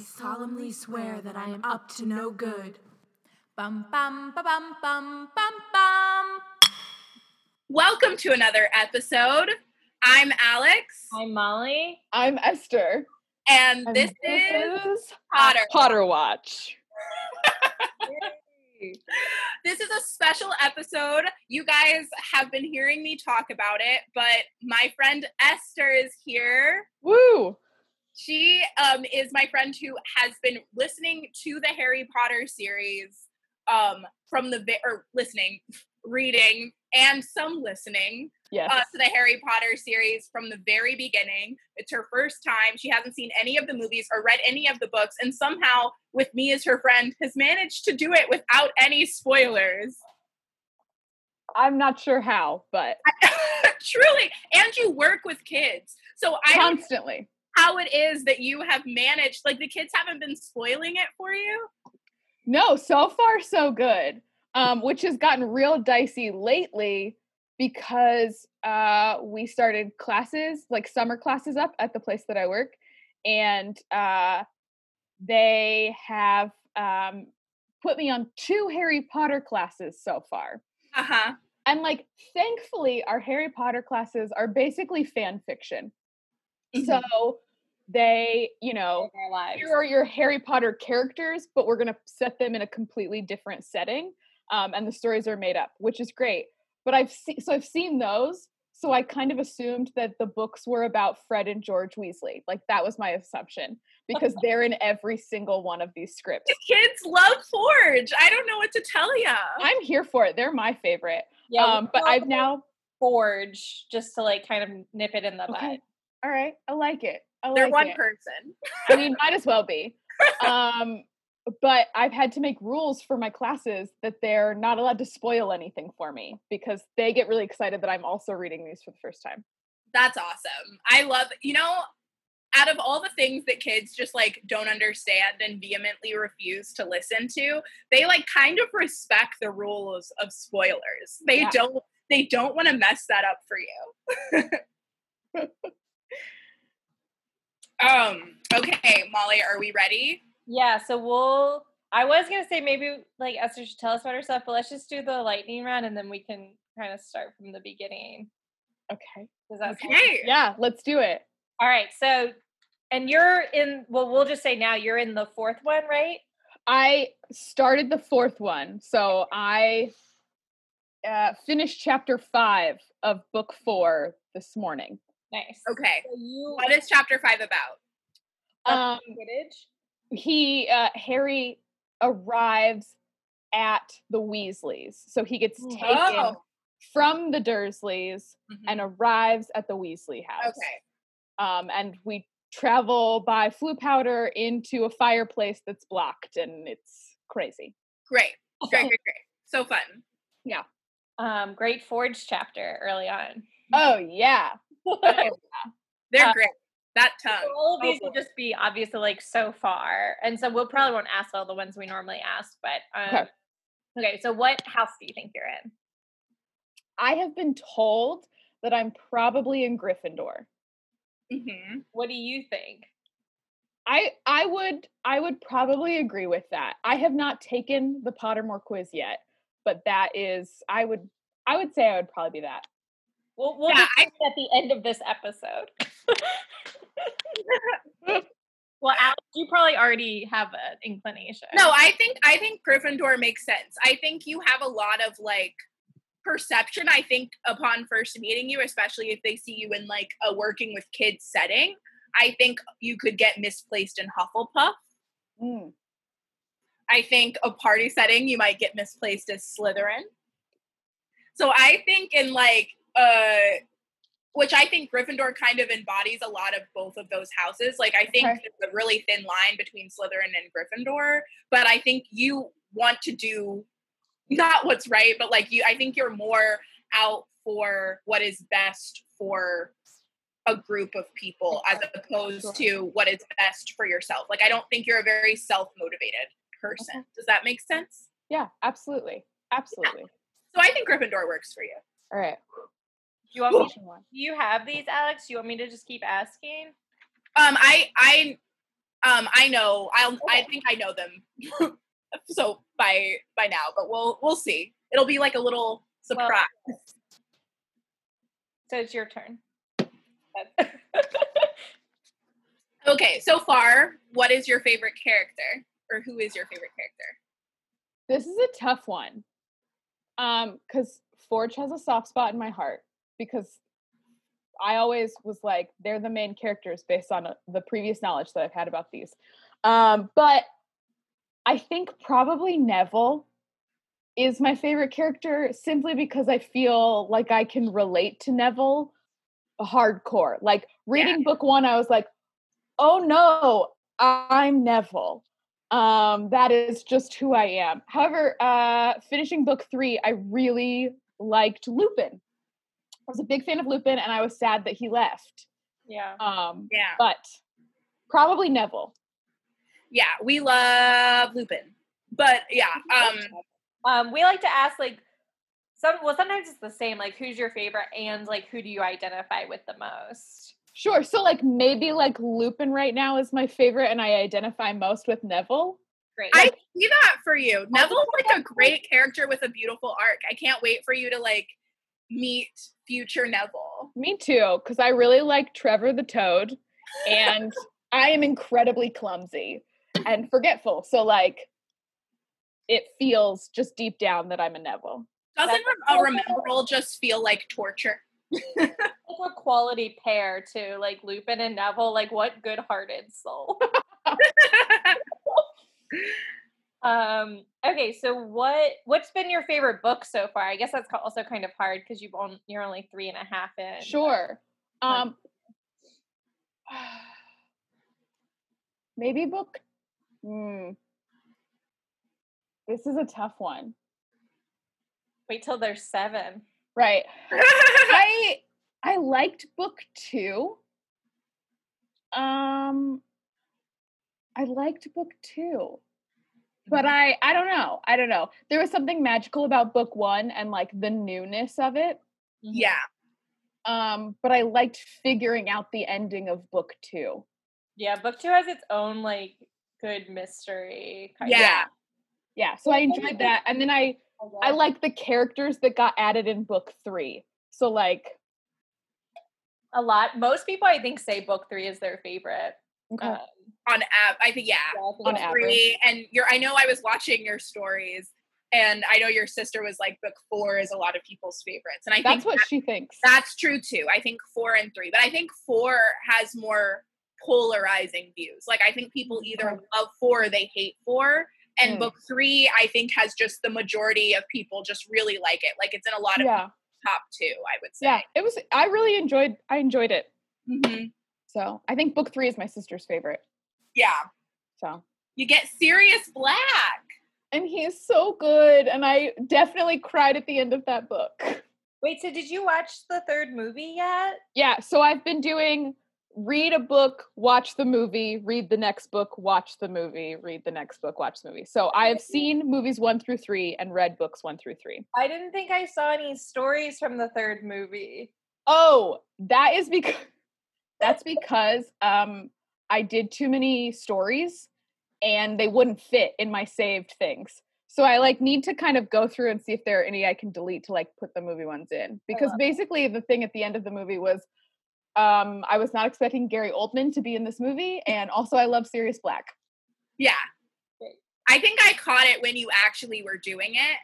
solemnly swear that I am up to no good. Bum bum ba bum bum bum bum. Welcome to another episode. I'm Alex, I'm Molly. I'm Esther. and and this is is Potter. Potter Watch. This is a special episode. You guys have been hearing me talk about it, but my friend Esther is here. Woo! She um, is my friend who has been listening to the Harry Potter series um, from the vi- or listening, reading, and some listening Yes. uh, to the Harry Potter series from the very beginning. It's her first time. She hasn't seen any of the movies or read any of the books, and somehow, with me as her friend, has managed to do it without any spoilers. I'm not sure how, but Truly, and you work with kids, so I don't know constantly. how it is that you have managed. Like the kids haven't been spoiling it for you. No, so far so good. Um, which has gotten real dicey lately because uh, we started classes, like summer classes, up at the place that I work, and uh, they have um, put me on two Harry Potter classes so far. Uh huh. And like, thankfully, our Harry Potter classes are basically fan fiction. Mm-hmm. So they, you Mm-hmm. know, Our lives. here are your Harry Potter characters, but we're going to set them in a completely different setting. Um, and the stories are made up, which is great. But I've seen, so I've seen those. So I kind of assumed that the books were about Fred and George Weasley. Like that was my assumption because they're in every single one of these scripts. Kids love Forge. I don't know what to tell ya. I'm here for it. They're my favorite. Yeah, we um, but call I've it now, forge just to like kind of nip it in the bud. Okay. all right, I like it. I They're like one it. person. I mean, might as well be. Um, but I've had to make rules for my classes that they're not allowed to spoil anything for me because they get really excited that I'm also reading these for the first time. That's awesome. I love, you know, out of all the things that kids just like don't understand and vehemently refuse to listen to, they like kind of respect the rules of spoilers. They Yeah. don't they don't want to mess that up for you. um okay, Molly, are we ready? Yeah, so we'll I was gonna say maybe like Esther should tell us about herself, but let's just do the lightning round and then we can kind of start from the beginning. Okay. Does that sound- Okay. Yeah, let's do it. all right? So and you're in well, we'll just say now you're in the fourth one, right? I started the fourth one. So I uh, finished chapter five of book four this morning. Nice. Okay. So you What is chapter 5 about? Um, Quidditch? he uh harry arrives at the weasleys so he gets taken Oh. from the dursleys Mhm. and arrives at the weasley house Okay. um and we travel by flu powder into a fireplace that's blocked and it's crazy Great. Oh. Great, great, great. So fun. Um, great forge chapter early on. Mm-hmm. oh yeah They're Uh, great. That So tongue. all of these will Okay. just be obviously like so far, and so we'll probably won't ask all the ones we normally ask. But um, okay. so what house do you think you're in? i have been told that i'm probably in gryffindor hmm What do you think? i i would i would probably agree with that i have not taken the pottermore quiz yet but that is i would i would say i would probably be that We'll, we'll Yeah, decide at the end of this episode. well, Alex, you probably already have an inclination. No, I think I think Gryffindor makes sense. I think you have a lot of like perception. I think upon first meeting you, especially if they see you in like a working with kids setting, I think you could get misplaced in Hufflepuff. Mm. I think a party setting you might get misplaced as Slytherin. So I think in like uh which I think Gryffindor kind of embodies a lot of both of those houses. Like I think Okay. there's a really thin line between Slytherin and Gryffindor, but I think you want to do not what's right, but like you I think you're more out for what is best for a group of people as opposed Sure. to what is best for yourself. Like I don't think you're a very self-motivated person. Does that make sense? yeah absolutely absolutely So I think Gryffindor works for you. all right You want me? question one Do you have these, Alex? You want me to just keep asking? Um, I I Um, I know. I'll. I think I know them. so by by now, but we'll we'll see. It'll be like a little surprise. So it's your turn. okay. So far, what is your favorite character, or who is your favorite character? This is a tough one. Um, because Forge has a soft spot in my heart because I always was like, they're the main characters based on uh, the previous knowledge that I've had about these. Um, but I think probably Neville is my favorite character simply because I feel like I can relate to Neville hardcore. Like reading book one, I was like, oh no, I'm Neville. Um, that is just who I am. However, uh, finishing book three, I really liked Lupin. I was a big fan of Lupin, and I was sad that he left. Yeah. Um, Yeah. but probably Neville. Yeah, we love Lupin. But yeah, um, Um, we like to ask like some well sometimes it's the same, like who's your favorite and like who do you identify with the most? Sure. So, like, maybe like Lupin right now is my favorite, and I identify most with Neville. Great. I see that for you. Neville's like a great character with a beautiful arc. I can't wait for you to like meet future Neville. Me too, because I really like Trevor the Toad, and I am incredibly clumsy and forgetful. So, like, it feels just deep down that I'm a Neville. Doesn't That's a so rememberal just feel like torture? like a quality pair too, like Lupin and Neville, like what good hearted soul. um okay, so what what's been your favorite book so far? I guess that's co- also kind of hard because you've only you're only three and uh, a half in. Sure. Um, maybe book. Hmm. This is a tough one, Wait till there's seven. right? I I liked book two. Um, I liked book two, but I I don't know. I don't know. There was something magical about book one and like the newness of it. Mm-hmm. yeah. Um, but I liked figuring out the ending of book two. Yeah, book two has its own like good mystery. Yeah. of- Yeah, so I enjoyed that, and then I I like the characters that got added in book three. So like, a lot. Most people, I think, say book three is their favorite. uh, Um, On app, I think yeah. yeah, I think On On average. three, and your I know I was watching your stories, and I know your sister was like book four is a lot of people's favorites, and I think that's what she thinks. That's true too. I think four and three, but I think four has more polarizing views. Like I think people either love four or they hate four. And Mm. book three, I think, has just the majority of people just really like it. Like it's in a lot of Yeah, top two, I would say. yeah. It was. I really enjoyed. I enjoyed it. Mhm. So I think book three is my sister's favorite. yeah. So You get serious black. and he is so good, and I definitely cried at the end of that book. Wait, so did you watch the third movie yet? Yeah. So I've been doing read a book, watch the movie, read the next book, watch the movie, read the next book, watch the movie. So I have seen movies one through three and read books one through three. I didn't think I saw any stories from the third movie. Oh, that is because that's because um I did too many stories and they wouldn't fit in my saved things. So I like need to kind of go through and see if there are any I can delete to like put the movie ones in because love basically the thing at the end of the movie was um I was not expecting Gary Oldman to be in this movie and also I love Sirius Black. Yeah. Great. I think I caught it when you actually were doing it.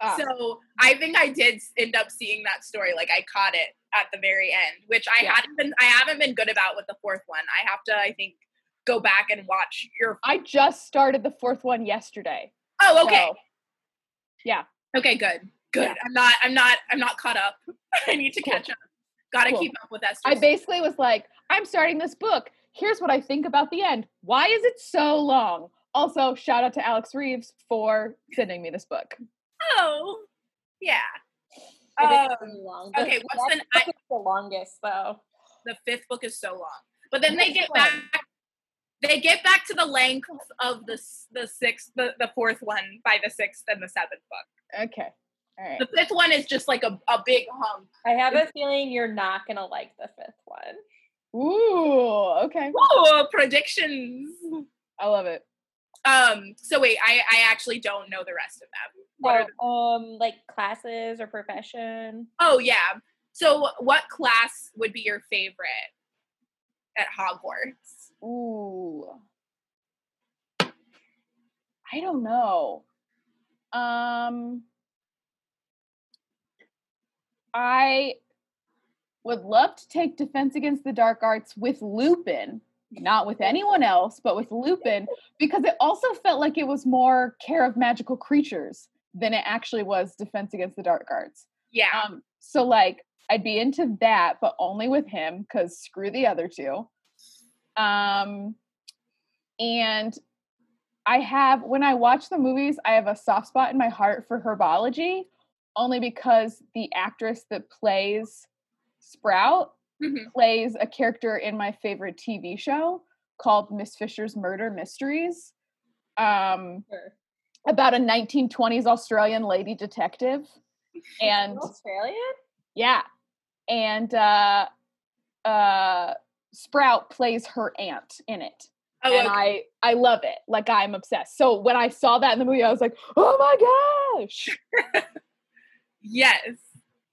Ah, So I think I did s- end up seeing that story. Like I caught it at the very end, which I Yeah. hadn't been. I haven't been good about with the fourth one. I have to. I think go back and watch your. I just started the fourth one yesterday. Oh, okay. so- okay, good, good. Yeah. I'm not. I'm not. I'm not caught up. I need to Cool. catch up. Got to Cool. keep up with Esther. I basically was like, I'm starting this book. Here's what I think about the end. Why is it so long? Also, shout out to Alex Reeves for sending me this book. oh, yeah. It is Um, pretty long. okay, The- what's that an book is the longest though? the fifth book is so long, but then they Which get one? back. They get back to the length of the s- the sixth, the, the fourth one by the sixth and the seventh book. Okay. All right. The fifth one is just like a, a big hump. I have a feeling you're not gonna like the fifth one. Ooh, okay. Whoa, predictions. I love it. Um, so wait, I, I actually don't know the rest of them. What are the, Well, um, like classes or profession. oh yeah. So what class would be your favorite at Hogwarts? Ooh. I don't know. Um I would love to take defense against the dark arts with Lupin, not with anyone else, but with Lupin because it also felt like it was more care of magical creatures than it actually was defense against the dark arts. Yeah. Um so like I'd be into that but only with him cuz screw the other two. Um, and I have, when I watch the movies, I have a soft spot in my heart for herbology, only because the actress that plays Sprout Mhm. plays a character in my favorite TV show called Miss Fisher's Murder Mysteries. Um, Sure. about a 1920s Australian lady detective. And Australian? yeah. And uh uh Sprout plays her aunt in it. Oh, and okay. I I love it. Like I'm obsessed. So when I saw that in the movie, I was like, "Oh my gosh." yes.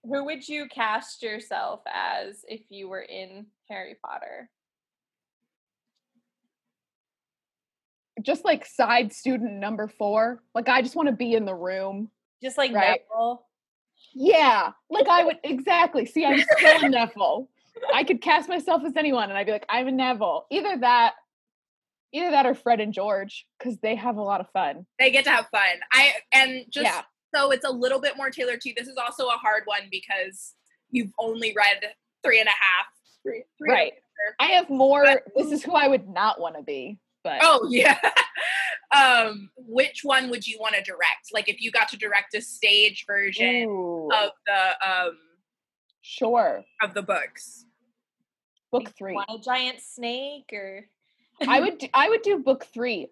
Who would you cast yourself as if you were in Harry Potter? Just like side student number 4. Like I just want to be in the room. Just like Right. Neville. Yeah. Like I would exactly. See, I'm still a Neville. I could cast myself as anyone and I'd be like, "I'm a Neville." Either that either that or Fred and George cuz they have a lot of fun. they get to have fun. I and just Yeah. so it's a little bit more tailored to you. This is also a hard one because you've only read three and a half. Three, three and a Right. quarter. I have more. But- this is who I would not want to be. But Oh yeah. um, which one would you want to direct? Like if you got to direct a stage version Ooh, of the um sure. of the books. Book three. Want a giant snake or I would. Do, I would do book three.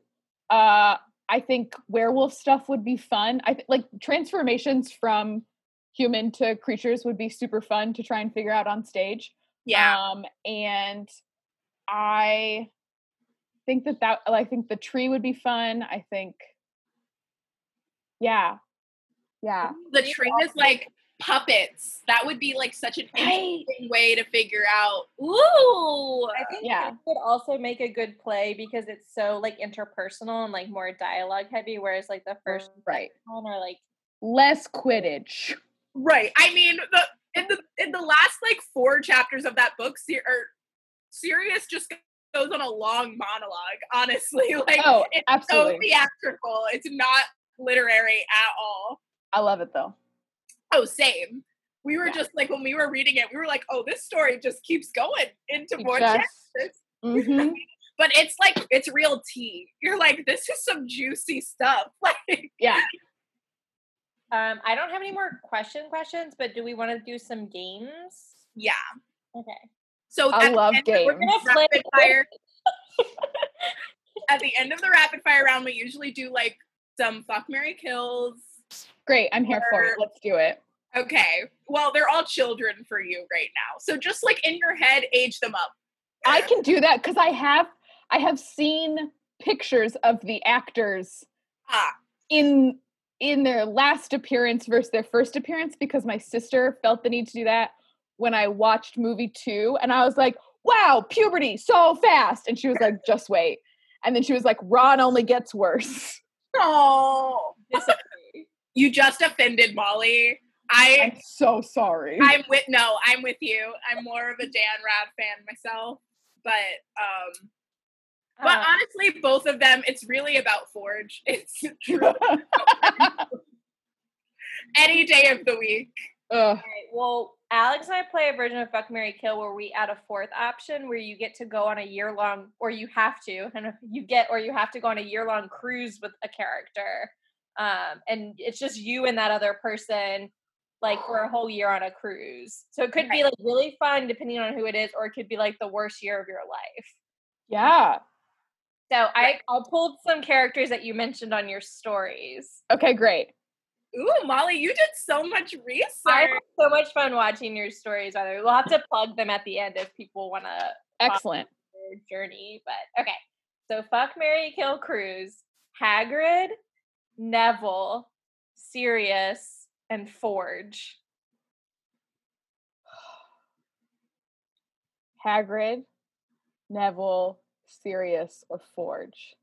Uh, I think werewolf stuff would be fun. I th- like transformations from human to creatures would be super fun to try and figure out on stage. Yeah. Um, and I think that that I think the tree would be fun. I think. Yeah. Um, Yeah. the tree is like puppets. That would be like such an interesting way to figure out. Ooh. I think Yeah. it would also make a good play because it's so like interpersonal and like more dialogue heavy, whereas like the first Right. one are like Less Quidditch. Right. I mean, the in the in the last like four chapters of that book, Sir, or Sirius just goes on a long monologue. Honestly, like Oh, it's absolutely. so theatrical. It's not literary at all. I love it though. Oh, same. We were Yeah. just like when we were reading it, we were like, "Oh, this story just keeps going into more chapters." Mhm. But it's like it's real tea. You're like, "This is some juicy stuff." Like, Yeah. um I don't have any more question questions, but do we want to do some games? yeah. Okay. So I at the love end of the games. We're gonna flip rapid fire. At the end of the rapid fire round, we usually do like some fuck Mary kills. Great. I'm here for it. Or- Let's do it. Okay. Well, they're all children for you right now. So just like in your head, age them up. I can do that because I have I have seen pictures of the actors Ah. in in their last appearance versus their first appearance because my sister felt the need to do that when I watched movie two and I was like, wow, puberty so fast. And she was like, just wait. And then she was like, Ron only gets worse. Oh. You just offended Molly. I I'm so sorry. I'm with no, I'm with you. I'm more of a Dan Rad fan myself. But um but Uh, honestly, both of them, it's really about Forge. It's true any day of the week. Ugh. Alright, Well, Alex and I play a version of Fuck Mary Kill where we add a fourth option where you get to go on a year long, or you have to, and you get, or you have to go on a year long cruise with a character. Um, and it's just you and that other person, like for a whole year on a cruise. So it could be like really fun depending on who it is, or it could be like the worst year of your life. Yeah. So I, I pulled some characters that you mentioned on your stories. Okay, great. Ooh, Molly, you did so much I research. had so much fun watching your stories. Either we'll have to plug them at the end if people want to Excellent. your journey. But okay, so fuck Mary Kill Cruise, Hagrid, Neville, Sirius, and Forge. Hagrid, Neville, Sirius, or Forge.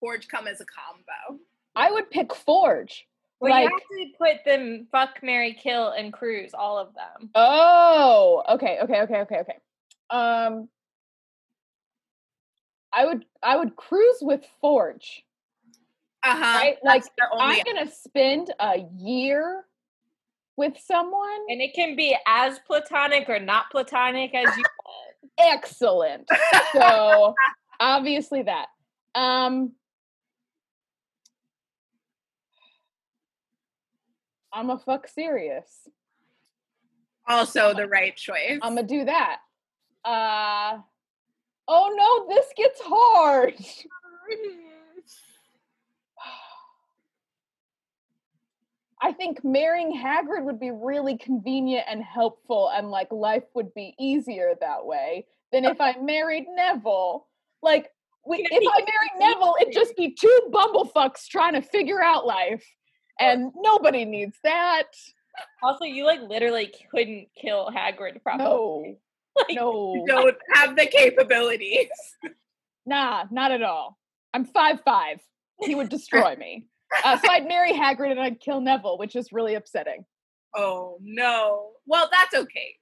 Forge come as a combo. I would pick Forge. Well, like, you have to put them fuck Mary Kill and Cruise, all of them. oh, okay, okay, okay, okay, okay. Um, I would, I would cruise with Forge. Uh huh. Right, like, their only. I'm gonna spend a year with someone. And it can be as platonic or not platonic as you want. Excellent. So obviously that. Um I'm a fuck serious. also, the right choice. I'm gonna do that. Uh oh no, this gets hard. I think marrying Hagrid would be really convenient and helpful, and like life would be easier that way than if I married Neville. Like, we, if I married Neville, it'd just be two bumblefucks trying to figure out life, and nobody needs that. Also, you like literally couldn't kill Hagrid probably. No, Like, no, don't have the capabilities. nah, not at all. I'm five five. He would destroy me. Uh, so I'd marry Hagrid and I'd kill Neville, which is really upsetting. Oh no. Well, that's okay.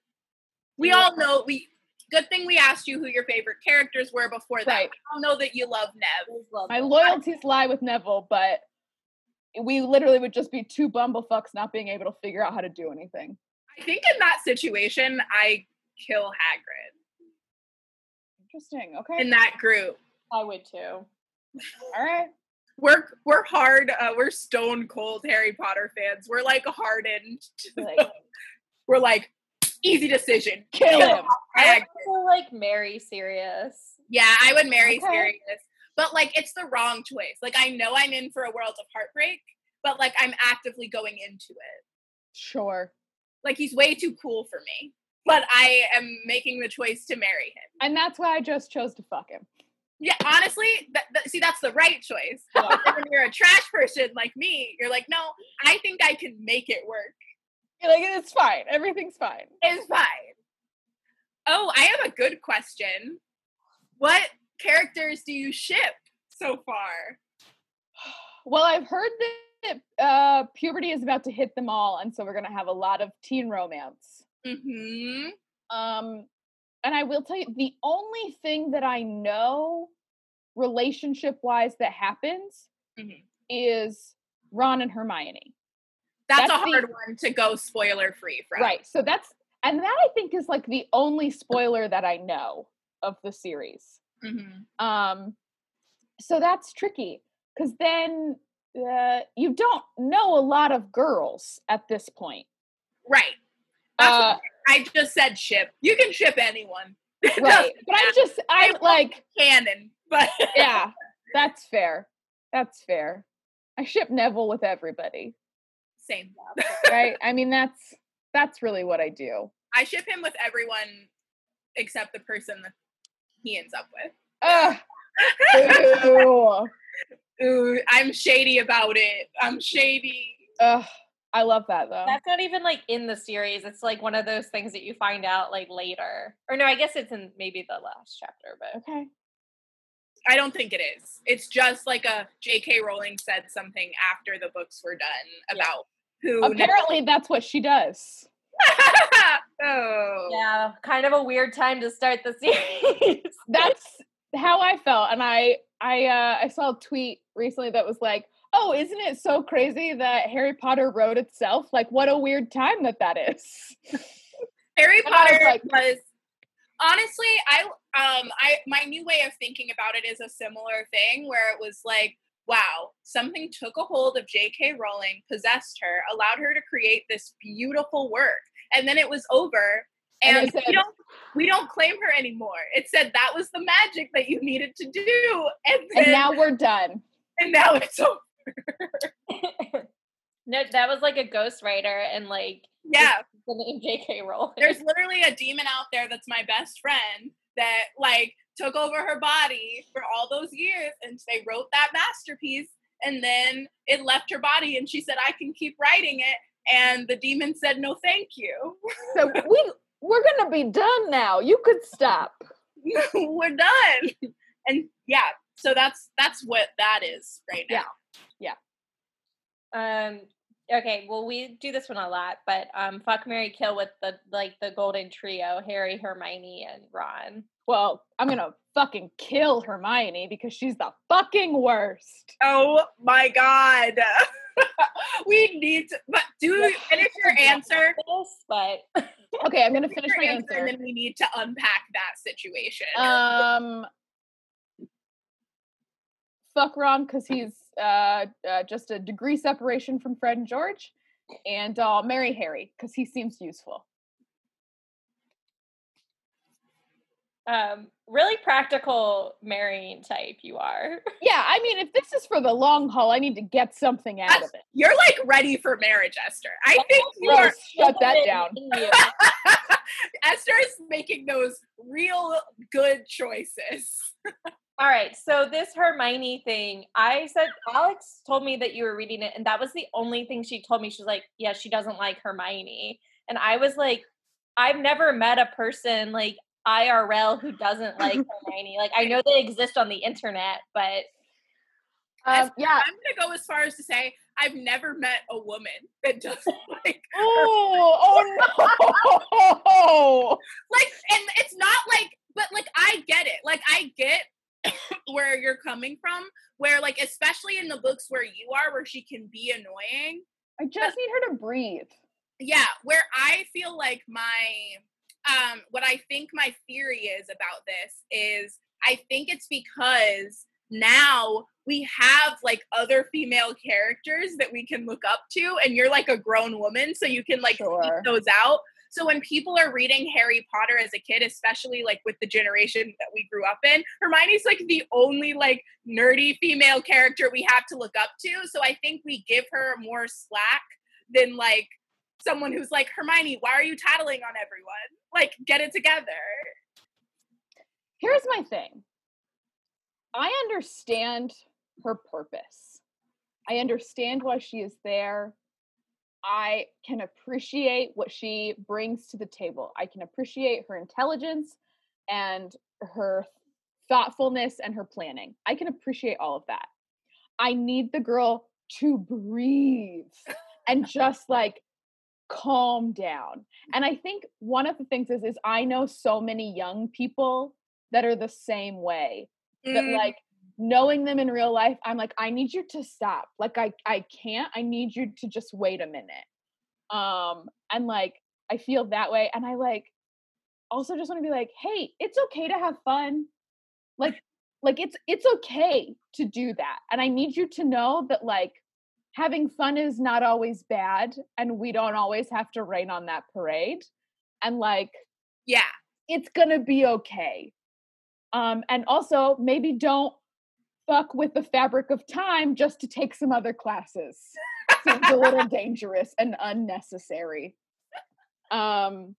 We all know we. Good thing we asked you who your favorite characters were before that. Right. We all know that you love Nev. My loyalties lie with Neville, but we literally would just be two bumblefucks not being able to figure out how to do anything. I think in that situation, I kill Hagrid Interesting. Okay. in that group. I would too. All right. We're we're hard. Uh, we're stone cold Harry Potter fans. We're like hardened. To, Like, we're like easy decision. Kill him. I Hagrid. would also like Mary Sirius. Yeah, I would marry Okay. Sirius. But like it's the wrong choice. Like I know I'm in for a world of heartbreak, but like I'm actively going into it. Sure. Like he's way too cool for me. But I am making the choice to marry him. And that's why I just chose to fuck him. Yeah, honestly, that, that- see that's the right choice. Yeah. when you're a trash person like me, you're like, no, I think I can make it work. You're like, it's fine. Everything's fine. It's fine. Oh, I have a good question. What characters do you ship so far? Well, I've heard that uh, puberty is about to hit them all, and so we're going to have a lot of teen romance. Mm-hmm. Um, and I will tell you the only thing that I know relationship wise that happens Mm-hmm. Mhm. is Ron and Hermione. That's, That's a the- hard one to go spoiler free from. Right. So that's, and that I think is like the only spoiler that I know of the series. Mhm. Um, so that's tricky because then uh, you don't know a lot of girls at this point. Right. That's Uh, I just said ship. You can ship anyone. It right. doesn't But I'm just, I like, canon, but yeah, that's fair. That's fair. I ship Neville with everybody, same. right? I mean, that's that's really what I do. I ship him with everyone except the person that he ends up with. Ugh. Boo. Ooh, I'm shady about it. I'm shady. Ugh. I love that though. That's not even like in the series. It's like one of those things that you find out like later. Or no, I guess it's in maybe the last chapter, but okay. I don't think it is. It's just like a J.K. Rowling said something after the books were done Yeah. about who. Apparently, that's what she does. oh. yeah, kind of a weird time to start the series. that's how I felt. And I I uh, I saw a tweet recently that was like, "Oh, isn't it so crazy that Harry Potter wrote itself? Like, what a weird time that that is." Harry And I was Potter like- was honestly, I um I my new way of thinking about it is a similar thing where it was like, wow, something took a hold of J.K. Rowling, possessed her, allowed her to create this beautiful work, and then it was over. And And, they said- we don't we don't claim her anymore. It said that was the magic that you needed to do, and then and now we're done. and now it's over. no, that was like a ghostwriter and like Yeah, the name J.K. Rowling. there's literally a demon out there that's my best friend that like took over her body for all those years and they wrote that masterpiece and then it left her body and she said I can keep writing it and the demon said no thank you. So we we're gonna be done now. You could stop. We're done. And yeah, so that's that's what that is right now. Yeah. Um. Okay. Well, we do this one a lot, but um, fuck Mary Kill with the like the golden trio: Harry, Hermione, and Ron. Well, I'm gonna fucking kill Hermione because she's the fucking worst. Oh my god. we need to but do finish your answer. This, but Okay, I'm gonna finish my Your answer, answer. and then we need to unpack that situation. Um, fuck Ron because he's uh, uh, just a degree separation from Fred and George, and I'll marry Harry because he seems useful. um, really practical marrying type you are. Yeah, I mean, if this is for the long haul, I need to get something out of it. You're like ready for marriage, Esther. I Oh, think you Gross, are. shut that down. In you. Esther is making those real good choices. All right, so this Hermione thing, I said Alex told me that you were reading it, and that was the only thing she told me. She's like, "Yeah, she doesn't like Hermione," and I was like, "I've never met a person like IRL who doesn't like Hermione. Like, I know they exist on the internet, but Um, yeah. I'm gonna go as far as to say I've never met a woman that doesn't like Oh, oh no! like and it's not like but like i get it like i get where you're coming from where like especially in the books where you are where she can be annoying I just need her to breathe. yeah where i feel like my um what i think my theory is about this is i think it's because now we have like other female characters that we can look up to and you're like a grown woman so you can like Sure. seek those out so when people are reading harry potter as a kid especially like with the generation that we grew up in hermione's like the only like nerdy female character we have to look up to so i think we give her more slack than like someone who's like, Hermione, why are you tattling on everyone? Like, get it together. Here's my thing I understand her purpose, I understand why she is there. I can appreciate what she brings to the table. I can appreciate her intelligence and her thoughtfulness and her planning. I can appreciate all of that. I need the girl to breathe and just like calm down. And I think one of the things is is I know so many young people that are the same way. That Mm, like knowing them in real life, I'm like, I need you to stop. Like I I can't. I need you to just wait a minute. Um and like I feel that way. And I like also just want to be like, hey, it's okay to have fun. Like like it's it's okay to do that. And I need you to know that like having fun is not always bad and we don't always have to rain on that parade. And like yeah. it's gonna be okay. Um, and also maybe don't fuck with the fabric of time just to take some other classes. Seems a little dangerous and unnecessary. Um,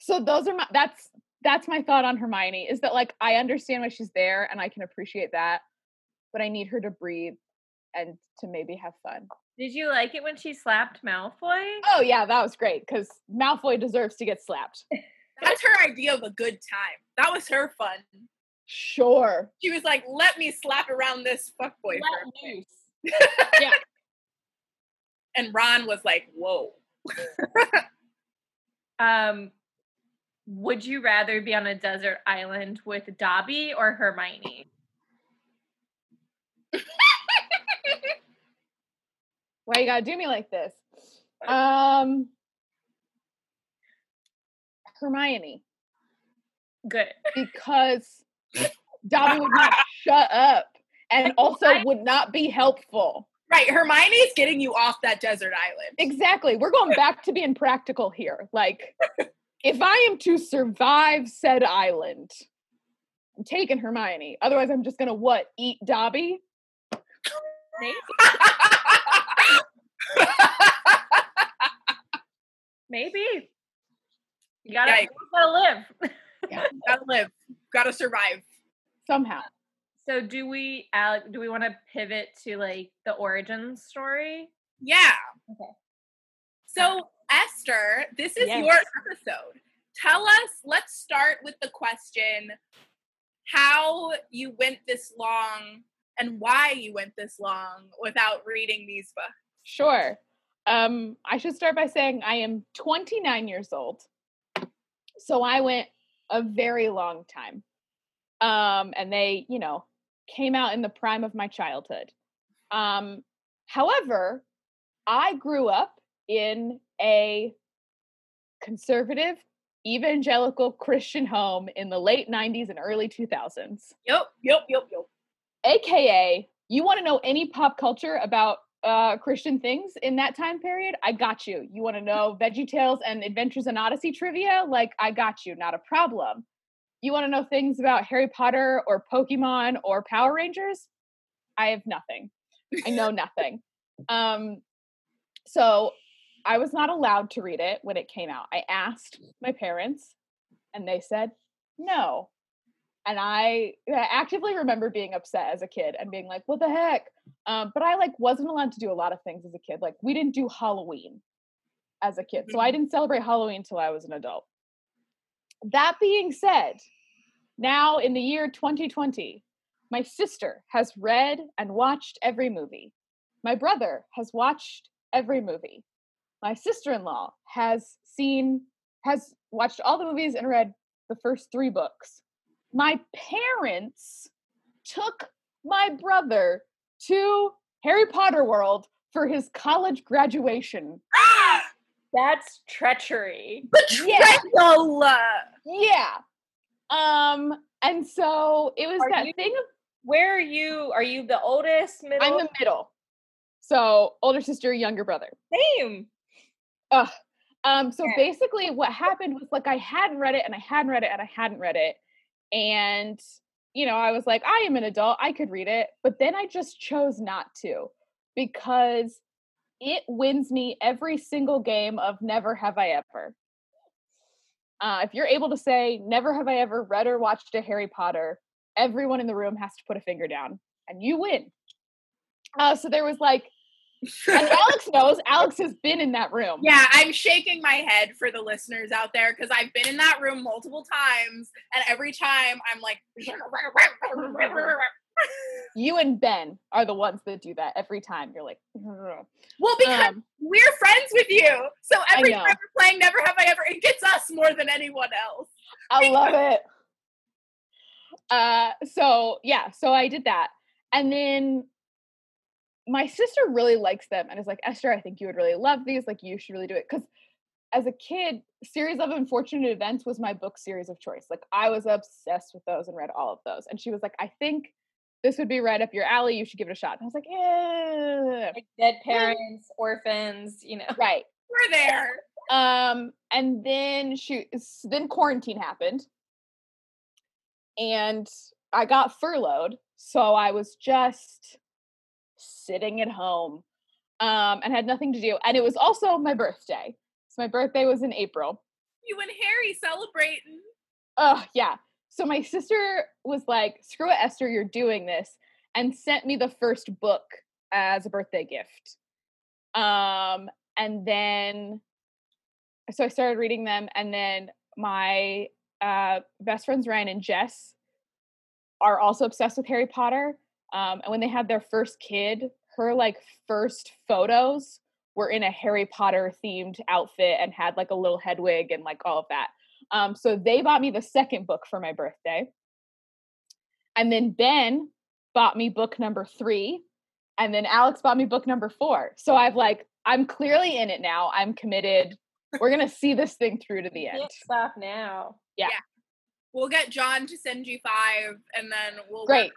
so those are my that's that's my thought on Hermione is that like I understand why she's there and I can appreciate that, but I need her to breathe and to maybe have fun. did you like it when she slapped Malfoy? Oh yeah, that was great because Malfoy deserves to get slapped. That's her idea of a good time. That was her fun. Sure. She was like, let me slap around this fuckboy. for a Let minute." loose. And Ron was like, whoa. Um, would you rather be on a desert island with Dobby or Hermione? Why you gotta do me like this? Um, Hermione, Good. because Dobby would not shut up and also would not be helpful. Right. Hermione's getting you off that desert island. Exactly. We're going back to being practical here. Like, if I am to survive said island, I'm taking Hermione. Otherwise, I'm just gonna what? Eat Dobby? Maybe. Maybe. You gotta, Yikes. you gotta live. Yeah. Gotta live. Gotta survive. Somehow. So do we, Alec? Do we want to pivot to like the origin story? Yeah. Okay. So, Esther, this is Yes. your episode. Tell us, let's start with the question how you went this long and why you went this long without reading these books. Sure. Um, I should start by saying I am 29 years old. So I went a very long time. Um, and they, you know, came out in the prime of my childhood. Um, however, I grew up in a conservative evangelical Christian home in the late 90s and early 2000s Yep, yep, yep, yep. aka you want to know any pop culture about uh, Christian things in that time period? I got you. You want to know Veggie Tales and Adventures in Odyssey trivia? Like I got you, not a problem. You want to know things about Harry Potter or Pokemon or Power Rangers? I have nothing. I know nothing. Um, so I was not allowed to read it when it came out. I asked my parents, and they said no and I, I actively remember being upset as a kid and being like, "What the heck?" Um, but I like wasn't allowed to do a lot of things as a kid. Like we didn't do Halloween as a kid, so I didn't celebrate Halloween until I was an adult. That being said, now in the year 2020, my sister has read and watched every movie. My brother has watched every movie. My sister-in-law has seen has watched all the movies and read the first three books my parents took my brother to Harry Potter World for his college graduation. That's treachery. Betrayal! Yeah. Um, and so it was Are that you thing of Where are you? Are you the oldest, middle? I'm the middle. So older sister, younger brother. same. Um, so Okay. basically, what happened was like I hadn't read it and I hadn't read it and I hadn't read it. And, you know, I was like, I am an adult, I could read it. But then I just chose not to because it wins me every single game of Never Have I Ever. Uh, if you're able to say, Never have I ever read or watched a Harry Potter, everyone in the room has to put a finger down and you win. Uh, so there was like, and Alex knows, Alex has been in that room. Yeah, I'm shaking my head for the listeners out there because I've been in that room multiple times, and every time I'm like, you and Ben are the ones that do that every time. You're like, well, because um, we're friends with you, so every know. time we're playing Never Have I Ever, it gets us more than anyone else. I love it. Uh, so yeah, so I did that, and then my sister really likes them and is like, Esther, I think you would really love these. Like, you should really do it because as a kid, series of unfortunate events was my book series of choice. Like, I was obsessed with those and read all of those. And she was like, I think this would be right up your alley. You should give it a shot. And I was like, yeah, Like dead parents, orphans. You know. right. We're there. um and then she s- then quarantine happened and i got furloughed so i was just sitting at home um and had nothing to do and it was also my birthday so my birthday was in april You and Harry celebrating. Oh, yeah. So my sister was like, screw it, Esther, you're doing this, and sent me the first book as a birthday gift. Um, and then, so I started reading them, and then my uh, best friends, Ryan and Jess, are also obsessed with Harry Potter. Um, and when they had their first kid, her like first photos were in a Harry Potter themed outfit and had like a little Hedwig and like all of that. Um, so they bought me the second book for my birthday. And then Ben bought me book number three. And then Alex bought me book number four. So I've like, I'm clearly in it now. I'm committed. We're going to see this thing through to the end. Can't stop now. We'll get John to send you five, and then we'll Great.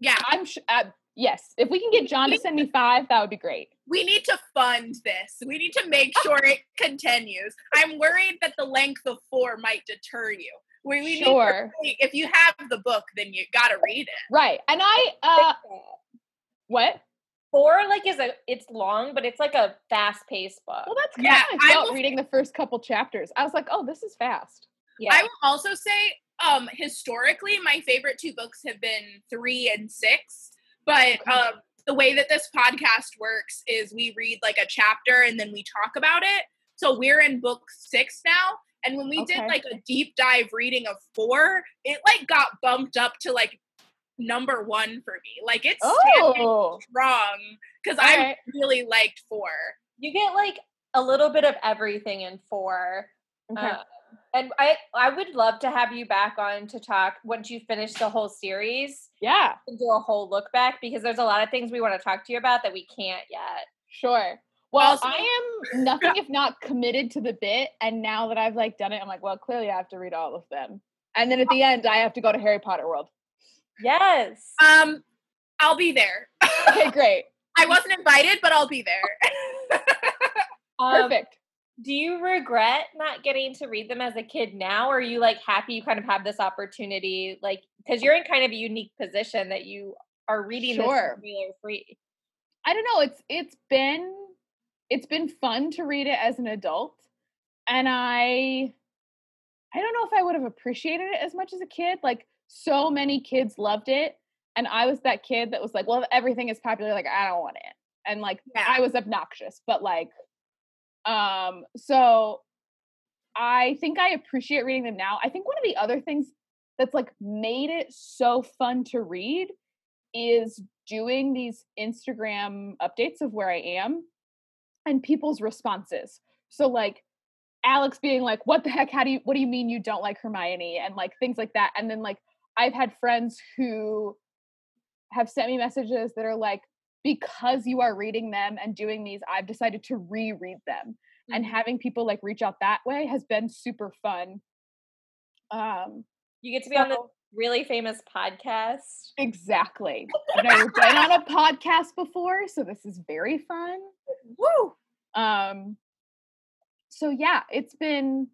Yeah, I'm sh- uh, yes. If we can get John to send me five, that would be great. we need to fund this. We need to Oh. make sure it continues. I'm worried that the length of four might deter you. We, we need to Sure. really- if you have the book, then you gotta read it. Right. And I, uh, what? Four like is a it's long, but it's like a fast paced book. Well, that's kind Yeah, of I how I felt will- reading the first couple chapters. I was like, oh, this is fast. Yeah. I will also say um historically my favorite two books have been three and six but um the way that this podcast works is we read like a chapter and then we talk about it so we're in book six now and when we did Okay. like a deep dive reading of four it like got bumped up to like number one for me like it's standing Oh, strong because i Alright. really liked four You get like a little bit of everything in four. okay. Uh, and I, I would love to have you back on to talk once you finish the whole series yeah, and do a whole look back because there's a lot of things we want to talk to you about that we can't yet. sure. Well, Also- I am nothing if not committed to the bit, and now that I've like done it, I'm like, well, clearly I have to read all of them, and then at the end, I have to go to Harry Potter World. Yes. um i'll be there Okay, great, i wasn't invited but i'll be there Um, perfect. do you regret not getting to read them as a kid now or are you like happy you kind of have this opportunity like because you're in kind of a unique position that you are reading Sure. this spoiler free I don't know. It's it's been it's been fun to read it as an adult, and I I don't know if I would have appreciated it as much as a kid. Like so many kids loved it, and I was that kid that was like, "Well, everything is popular. Like I don't want it," and like I was obnoxious, but like, um, so I think I appreciate reading them now. I think one of the other things that's like made it so fun to read is doing these Instagram updates of where I am and people's responses. So like Alex being like, "What the heck? How do you? What do you mean you don't like Hermione?" and like things like that. And then like I've had friends who have sent me messages that are like, "Because you are reading them and doing these, I've decided to reread them." And having people like reach out that way has been super fun. Um, you get to be on this really famous podcast Exactly. I've never been on a podcast before, so this is very fun. Woo! Um so yeah, it's been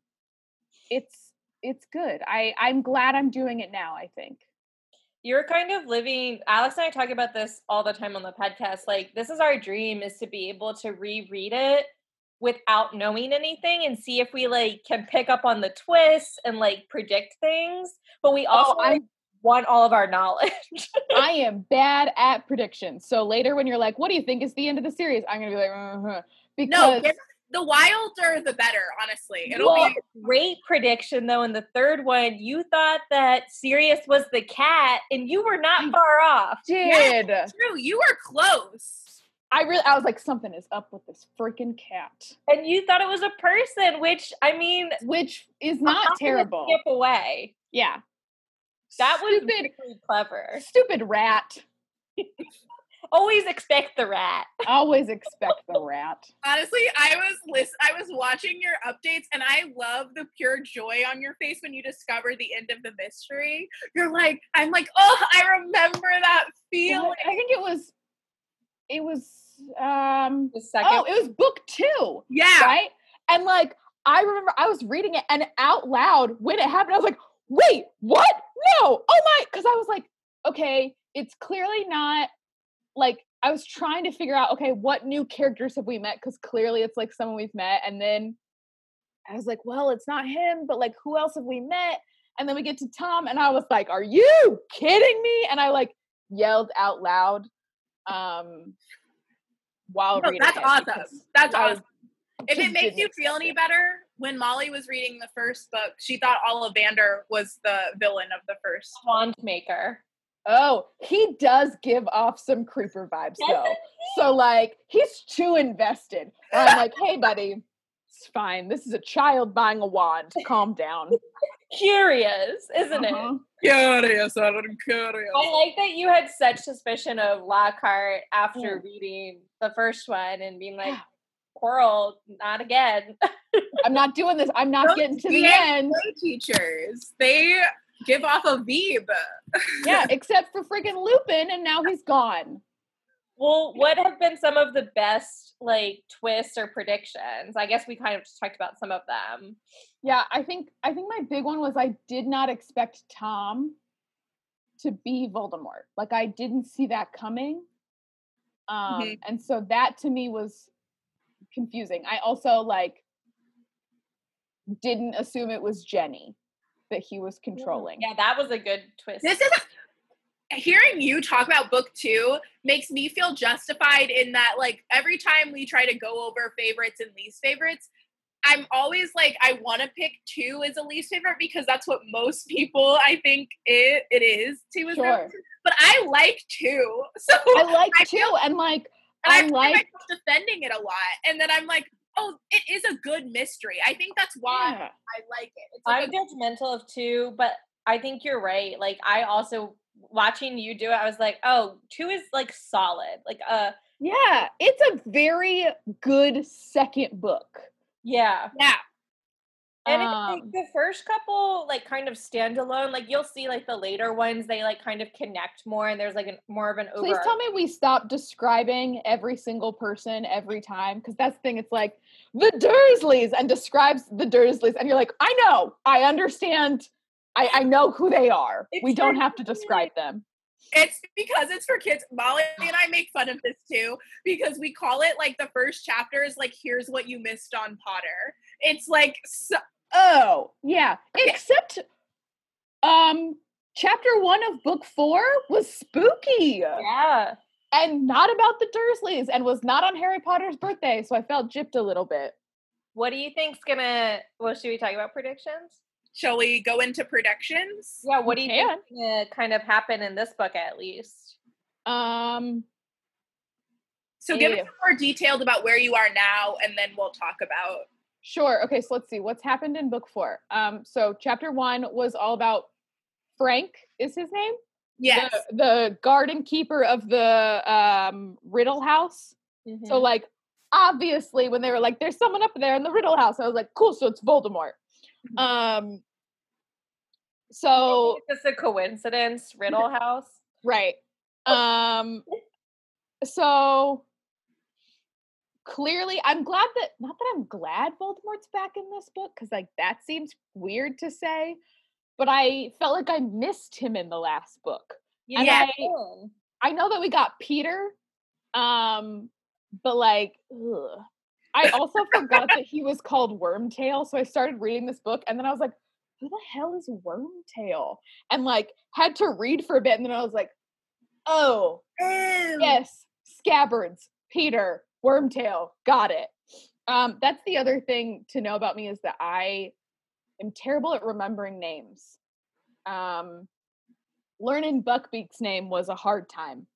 it's it's good. I I'm glad I'm doing it now, I think. you're kind of living alex and i talk about this all the time on the podcast like this is our dream is to be able to reread it without knowing anything and see if we like can pick up on the twists and like predict things but we also Oh, like, I'm want all of our knowledge I am bad at predictions. So later when you're like, what do you think is the end of the series? I'm going to be like, uh-huh. No, because give- the wilder the better, honestly. It'll Well, be great prediction though. In the third one, you thought that Sirius was the cat, and you were not Mm. far off. did. true. You were close. I really I was like something is up with this freaking cat, And you thought it was a person, which I mean, which is how can not it Oh. terrible. Skip away. Yeah. That was stupid really clever. stupid rat. Always expect the rat. Always expect the rat. Honestly, I was list- I was watching your updates, and I love the pure joy on your face when you discover the end of the mystery. You're like, I'm like, oh, I remember that feeling. I think it was it was um The second, oh, it was book 2, Yeah, right? And like I remember I was reading it and out loud when it happened I was like, "Wait, what? No. Oh my cuz I was like, okay, it's clearly not like I was trying to figure out, okay, what new characters have we met cuz clearly it's like someone we've met and then I was like, well, it's not him, but like, who else have we met? And then we get to Tom, and I was like, are you kidding me? And I like yelled out loud um, while No, reading. that's it awesome. because That's I awesome. If just it makes didn't you feel expect any it. better, when Molly was reading the first book, she thought Ollivander was the villain of the first. wand maker. Oh, he does give off some creeper vibes though. So like, he's too invested. And I'm like, hey, buddy, it's fine. This is a child buying a wand. Calm down, Curious, isn't it? Uh-huh. Curious, I'm curious. I like that you had such suspicion of Lockhart after reading the first one and being like, Yeah. Quirrell, not again. I'm not doing this. I'm not Those getting to the DA end. play teachers. They give off a vibe. Yeah, except for freaking Lupin, and now he's gone. Well, what have been some of the best like twists or predictions? I guess we kind of just talked about some of them. Yeah, I think I think my big one was I did not expect Tom to be Voldemort. Like I didn't see that coming. Um Mhm. and so that to me was confusing. I also like didn't assume it was Jenny. that he was Mm-hmm. controlling. Yeah, that was a good twist. This is hearing you talk about book two makes me feel justified in that like every time we try to go over favorites and least favorites i'm always like i want to pick two as a least favorite because that's what most people i think it, it is two is Sure. but i like two so I like I too, feel- and like and I I, like like- myself defending it a lot and then i'm like oh it is a good mystery i think that's why yeah. i like it it's like I'm a- judgmental of two, but I think you're right. Like I also watching you do it, I was like, oh, two is like solid. Like uh yeah, it's a very good second book. yeah. yeah And it's Um, like the first couple like kind of standalone. Like you'll see like the later ones, they like kind of connect more and there's like an more of an over Please tell me we stop describing every single person every time because that's the thing. It's like the Dursleys and describes the Dursleys, and you're like, I know, I understand, I, I know who they are. we It's don't for have to describe them. It's because it's for kids. Molly and I make fun of this too because we call it like the first chapter is like here's what you missed on Potter. It's like so, Oh yeah, except um, chapter one of book four was spooky Yeah. and not about the Dursleys and was not on Harry Potter's birthday, so I felt gypped a little bit. What do you think's gonna well, should we talk about predictions? shall we go into predictions? Yeah, what do We you think's gonna kind of happen in this book at least? Um, So give Yeah. us more detailed about where you are now and then we'll talk about Sure. Okay, so let's see what's happened in book four. Um, so chapter one was all about Frank. Is his name yes. the, the garden keeper of the um, Riddle House? So like, obviously, when they were like, "There's someone up there in the Riddle House," I was like, "Cool, so it's Voldemort." Um, so It's just a coincidence, Riddle House. Right. Um so clearly I'm glad that not that I'm glad Voldemort's back in this book cuz like that seems weird to say, but I felt like I missed him in the last book. And Yeah. I, I know that we got Peter um but like ugh. I also forgot that he was called Wormtail, so I started reading this book and then I was like who the hell is Wormtail? And like had to read for a bit and then I was like, oh, yes, scabbards, Peter, Wormtail, got it. Um, that's the other thing to know about me is that I am terrible at remembering names. Um, learning Buckbeak's name was a hard time.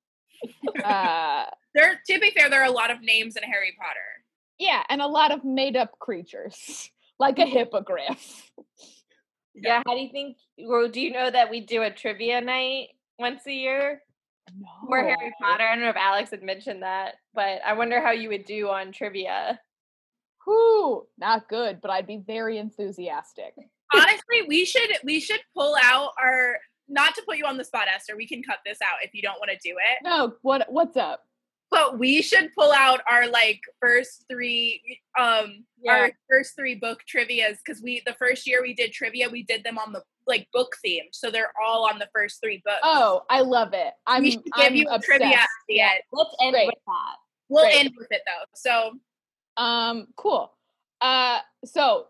uh, There to be fair, there are a lot of names in Harry Potter. yeah, and a lot of made up creatures, like a hippogriff. Yeah. How do you think? Well, do you know that we do a trivia night once a year No. for Harry Oh. Potter? I don't know if Alex had mentioned that, but I wonder how you would do on trivia. Whew, not good, but I'd be very enthusiastic. Honestly, we should we should pull out our not to put you on the spot, Esther. We can cut this out if you don't want to do it. No, what what's up? but we should pull out our like first three um Yeah. our first three book trivias because we the first year we did trivia we did them on the like book themed so they're all on the first three books Oh, I love it. I'm we should give I'm you a obsessed. trivia at the end Let's end Great. with that. we'll Great. end with it though so Um, cool. Uh, so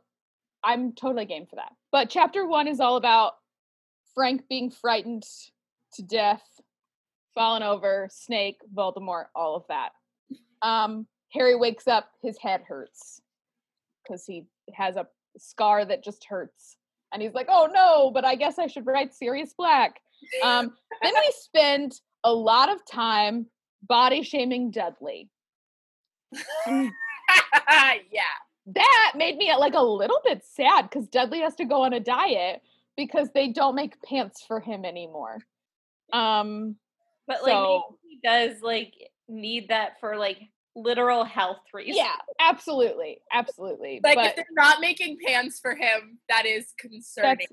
I'm totally game for that. But chapter one is all about Frank being frightened to death, fallen over, Snake, Voldemort, all of that. Um, Harry wakes up, his head hurts because he has a scar that just hurts, and he's like, "Oh no!" But I guess I should write Sirius Black. Um, then we spend a lot of time body shaming Dudley. yeah that made me like a little bit sad because Dudley has to go on a diet because they don't make pants for him anymore. Um, But like maybe So- he does like need that for like literal health reasons. yeah, absolutely, absolutely. like if but they're not making pans for him that is that's concerning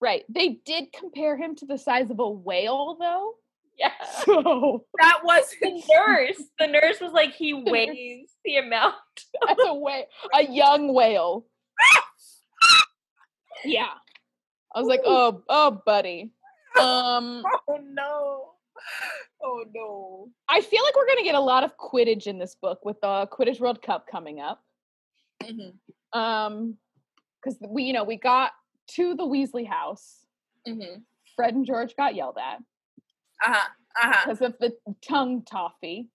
right. They did compare him to the size of a whale, though. Yeah. So that was The nurse. The nurse was like he weighs the amount. that's a whale, a young whale. yeah, I was like, oh, oh, buddy. Um, oh no oh no I feel like we're gonna get a lot of Quidditch in this book with the Quidditch World Cup coming up. Mhm. um because we you know we got to the Weasley house. Mm-hmm. Fred and George got yelled at Uh huh. Uh huh. because of the tongue toffee.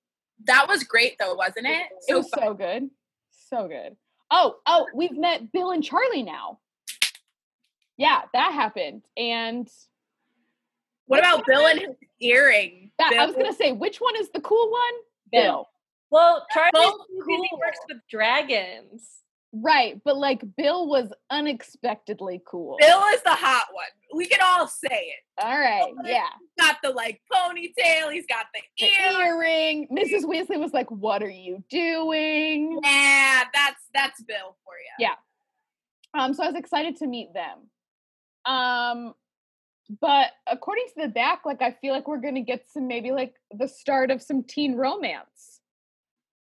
That was great though, wasn't it? It So was so good. So good. Oh, oh, we've met Bill and Charlie now. Yeah, that happened. And What about Bill and his earring? that Bill, I was gonna say, which one is the cool one? Bill. Well, Charlie's Both busy cool. works with dragons. Right, but like Bill was unexpectedly cool. Bill is the hot one. We can all say it. All right, Bill is yeah. He's got the like ponytail. He's got the The ear. earring. Mrs. Weasley was like, "What are you doing?" Yeah, that's that's Bill for you. Um, so I was excited to meet them. Um, but according to the back, like I feel like we're gonna get some maybe like the start of some teen romance.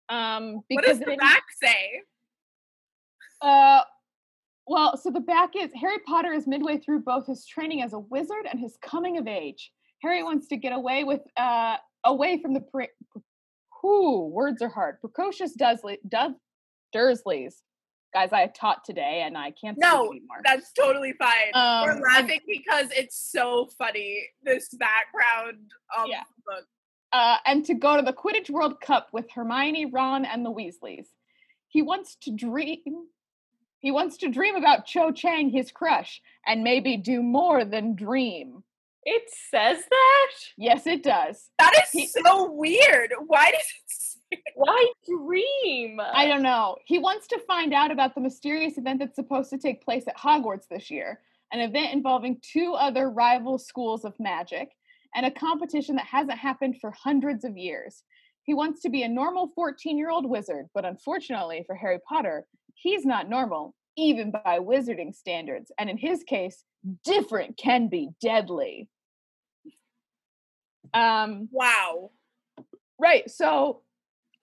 Um, What does because the it- back say? uh, well, so the back is Harry Potter is midway through both his training as a wizard and his coming of age. Harry wants to get away with uh away from the pre- who words are hard precocious Dursley Dud- Dursleys guys I taught today and I can't No, speak anymore. That's totally fine. Um, We're laughing because it's so funny. This background. Um, Yeah. book. uh, and to go to the Quidditch World Cup with Hermione, Ron, and the Weasleys. He wants to dream. He wants to dream about Cho Chang, his crush, and maybe do more than dream. It says that? Yes, it does. That is He- so weird. Why does it? Say- Why dream? I don't know. He wants to find out about the mysterious event that's supposed to take place at Hogwarts this year, an event involving two other rival schools of magic and a competition that hasn't happened for hundreds of years. He wants to be a normal 14 year old wizard, but unfortunately for Harry Potter, he's not normal, even by wizarding standards. And in his case, different can be deadly. Um, wow. Right. So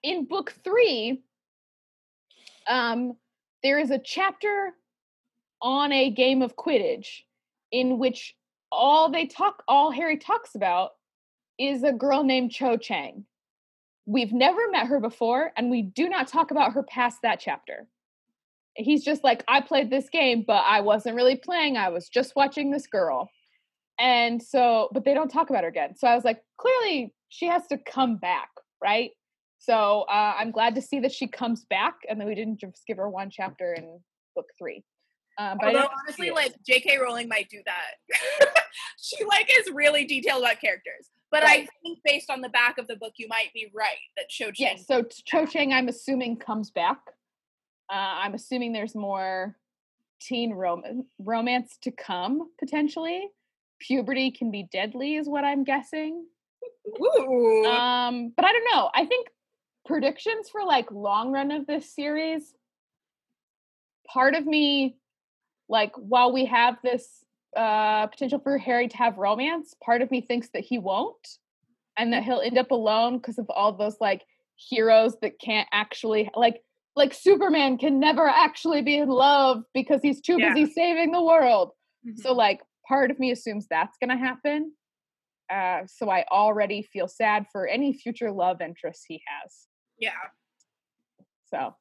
in book three, um, there is a chapter on a game of Quidditch in which all they talk, all Harry talks about is a girl named Cho Chang. We've never met her before, and we do not talk about her past that chapter. He's just like, I played this game, but I wasn't really playing. I was just watching this girl. And so, but they don't talk about her again. So I was like, clearly she has to come back, right? So uh, I'm glad to see that she comes back and that we didn't just give her one chapter in book three. Um, but I didn't Although have to see honestly, it. like J.K. Rowling might do that. she like is really detailed about characters, but Right. I think based on the back of the book, you might be right that Cho Chang. Yes, so t- Cho Chang, I'm assuming, comes back. Uh, I'm assuming there's more teen rom- romance to come, potentially. Puberty can be deadly, is what I'm guessing. Ooh. Um, but I don't know. I think predictions for like long run of this series. Part of me, like while we have this uh, potential for Harry to have romance, part of me thinks that he won't, and that he'll end up alone because of all those like heroes that can't actually like like Superman can never actually be in love because he's too Yeah. busy saving the world. Mm-hmm. Mhm. So like part of me assumes that's gonna happen. Uh, so I already feel sad for any future love interests he has. yeah. So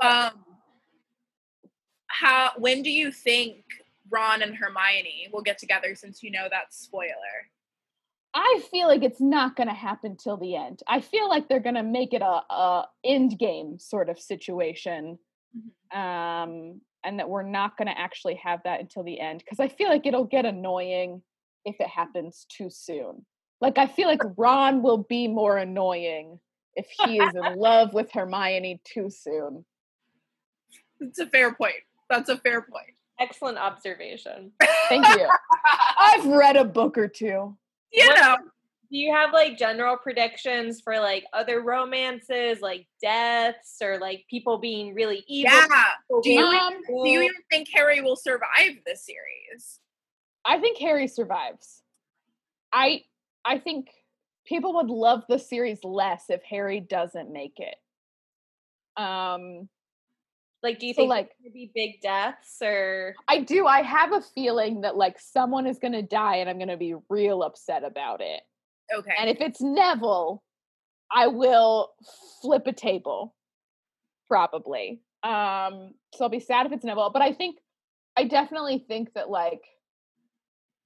Um. How? When do you think Ron and Hermione will get together? Since you know that spoiler. I feel like it's not gonna happen till the end. I feel like they're gonna make it a, a end game sort of situation. Um and that we're not going to actually have that until the end because I feel like it'll get annoying if it happens too soon. Like, I feel like Ron will be more annoying if he is in love with Hermione too soon. It's a fair point. That's a fair point. Excellent observation. Thank you. I've read a book or two. You What- know, Do you have like general predictions for like other romances, like deaths, or like people being really evil? yeah. people Do you- being Um, cool? Do you even think Harry will survive the series? I think Harry survives. I I think people would love the series less if Harry doesn't make it. Um, like? Do you so, think like- like there's gonna be big deaths or? I do. I have a feeling that like someone is going to die, and I'm going to be real upset about it. Okay. And if it's Neville, I will flip a table, probably. Um, so I'll be sad if it's Neville, but I think I definitely think that like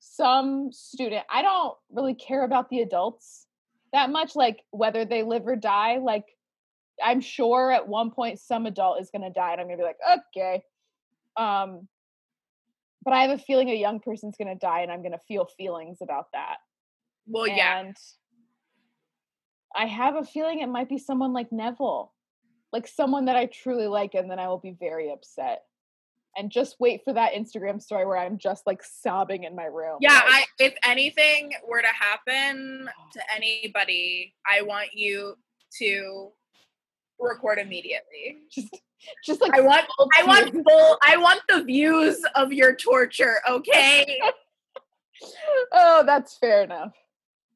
some student, I don't really care about the adults that much, like whether they live or die. Like I'm sure at one point some adult is gonna die, and I'm gonna be like, okay. Um, but I have a feeling a young person's gonna die, and I'm gonna feel feelings about that. Well, Oh, yeah. And I have a feeling it might be someone like Neville, like someone that I truly like, and then I will be very upset. And just wait for that Instagram story where I'm just like sobbing in my room. Yeah, like, I, if anything were to happen to anybody, I want you to record immediately. just, just like I want full I want tears. full I want the views of your torture, okay? oh, that's fair enough.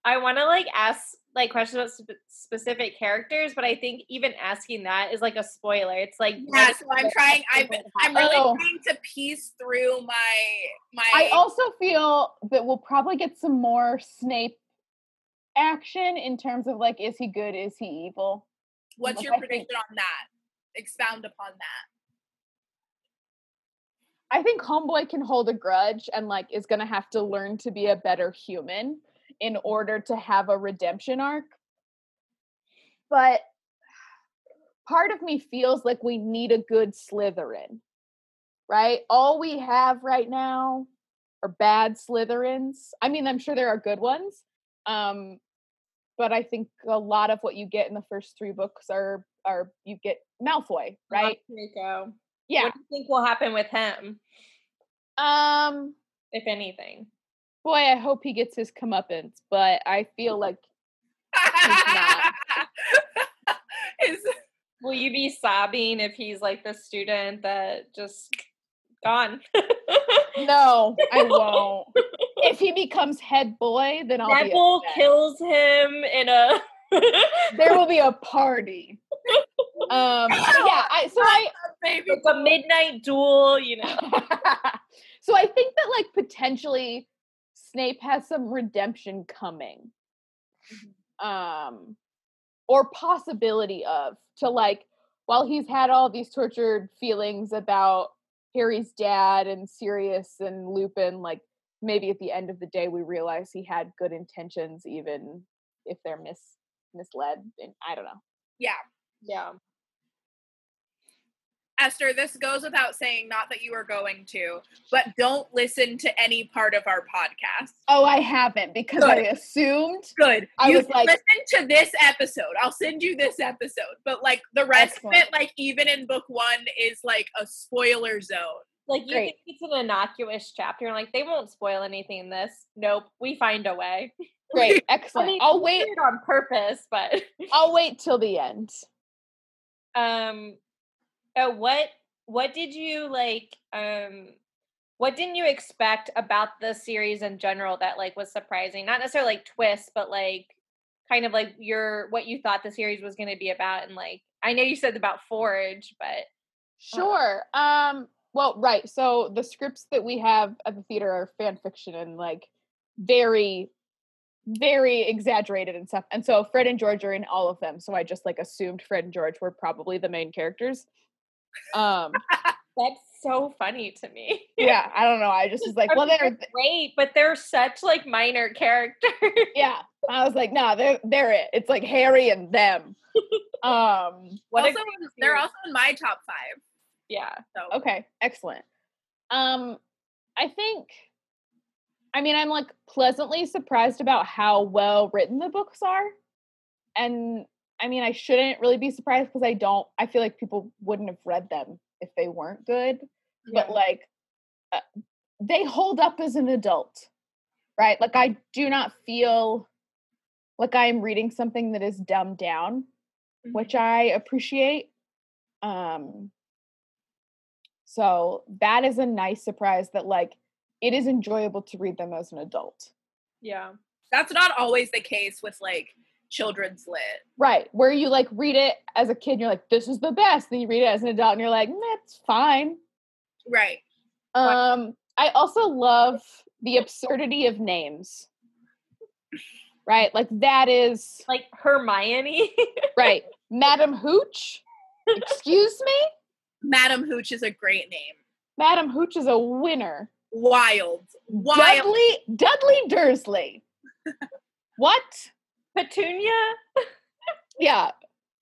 I want to like ask like questions about sp- specific characters, but I think even asking that is like a spoiler. It's like yeah, so I'm trying I'm I'm really Oh. trying to piece through my my I also feel that we'll probably get some more Snape action in terms of like, is he good? Is he evil? what's your I think- prediction on that? Expound upon that. I think Homeboy can hold a grudge and like is gonna have to learn to be a better human in order to have a redemption arc. But part of me feels like we need a good Slytherin, right? All we have right now are bad Slytherins. I mean, I'm sure there are good ones, um, but I think a lot of what you get in the first three books are are you get Malfoy, right? Draco. Yeah. What do you think will happen with him, Um, if anything? Boy, I hope he gets his comeuppance, but I feel like not. Is- Will you be sobbing if he's like the student that just gone? no, I won't. if he becomes head boy, then I'll Neville be upset. kills him in a. There will be a party. Um, so yeah, I, so I baby. Like a midnight duel, you know. so I think that like potentially Snape has some redemption coming. Um or possibility of to like while he's had all these tortured feelings about Harry's dad and Sirius and Lupin like maybe at the end of the day we realize he had good intentions even if they're mis misled and I don't know. Yeah. Esther, this goes without saying, not that you are going to, but don't listen to any part of our podcast. Oh, I haven't because I assumed Good. I you was like- listen to this episode. I'll send you this episode. But like the rest of Excellent. it, like even in book one, is like a spoiler zone. Like you Great. think it's an innocuous chapter, and like they won't spoil anything in this. Nope, we find a way. great, I excellent. mean, I'll we wait did it on purpose, but I'll wait till the end. um, uh, what what did you like? Um, what didn't you expect about the series in general that like was surprising? Not necessarily like twists, but like kind of like your what you thought the series was going to be about, and like I know you said about Forge, but Sure. Um, well, right. So the scripts that we have at the theater are fan fiction and like very, very exaggerated and stuff. And so Fred and George are in all of them. So I just like assumed Fred and George were probably the main characters. Um, that's so funny to me. yeah, I don't know. I just was like, I well, mean, they're great, but they're such like minor characters. yeah. I was like, nah, they're they're it. It's like Harry and them. Um, What a also, great they're series. also in my top five. yeah. So Okay, excellent. Um, I think, I mean, I'm like pleasantly surprised about how well written the books are, and I mean, I shouldn't really be surprised because I don't. I feel like people wouldn't have read them if they weren't good. But like, uh, they hold up as an adult, right? Like, I do not feel like I am reading something that is dumbed down, which I appreciate. Um, so that is a nice surprise that like it is enjoyable to read them as an adult. Yeah. that's not always the case with like children's lit. Right. Where you like read it as a kid and you're like, this is the best. Then you read it as an adult and you're like, that's fine. Right. Um I also love the absurdity of names. Right? Like that is Like Hermione. right. Madam Hooch. Excuse me? Madam Hooch is a great name. Madam Hooch is a winner. Wild. Wild. Dudley Dudley Dursley. what? Petunia? Yeah.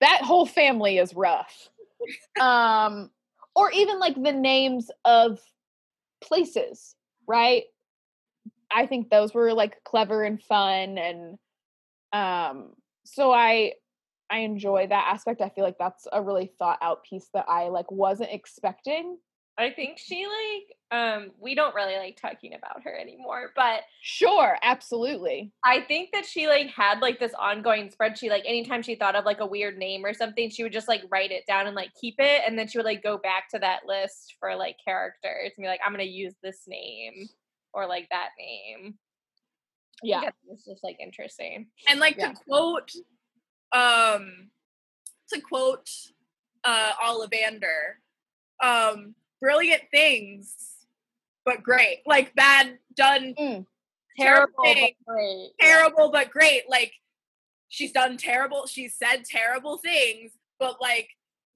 That whole family is rough. Um or even like the names of places, right? I think those were like clever and fun and um so I I enjoy that aspect. I feel like that's a really thought out piece that I like wasn't expecting. I think she like um we don't really like talking about her anymore, but Sure, absolutely. I think that she like had like this ongoing spreadsheet. Like anytime she thought of like a weird name or something, she would just like write it down and like keep it, and then she would like go back to that list for like characters and be like, I'm gonna use this name or like that name. I Yeah. think it's just like interesting. And like Yeah. to quote, um, to quote uh, Ollivander, um, brilliant things, but great. Like bad, done, Terrible, but Mm. Terrible. great. terrible, but great. Like she's done terrible. She's said terrible things, but like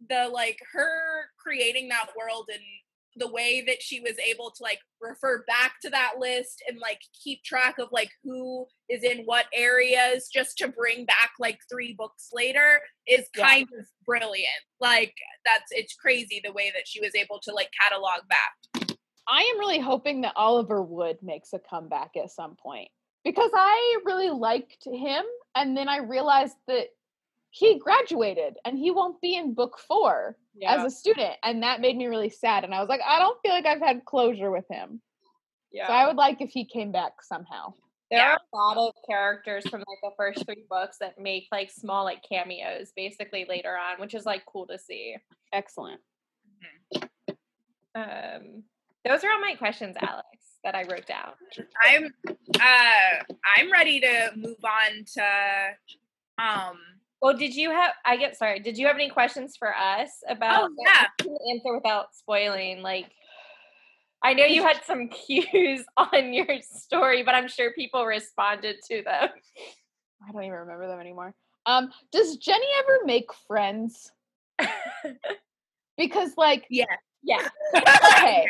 the like her creating that world and the way that she was able to like refer back to that list and like keep track of like who is in what areas just to bring back like three books later is Yeah. kind of brilliant. Like that's it's crazy the way that she was able to like catalog that. I am really hoping that Oliver Wood makes a comeback at some point because I really liked him. And then I realized that he graduated and he won't be in book four Yeah. as a student. And that made me really sad. And I was like, I don't feel like I've had closure with him. yeah. So I would like if he came back somehow. There Yeah. are a lot of characters from like the first three books that make like small like cameos basically later on, which is like cool to see. Excellent. Um, those are all my questions, Alex, that I wrote down. I'm uh I'm ready to move on to um Well, did you have? I get sorry. Did you have any questions for us about? Oh, yeah. you can answer without spoiling. Like, I know you had some cues on your story, but I'm sure people responded to them. I don't even remember them anymore. Um, does Jenny ever make friends? because like yeah. Yeah, okay.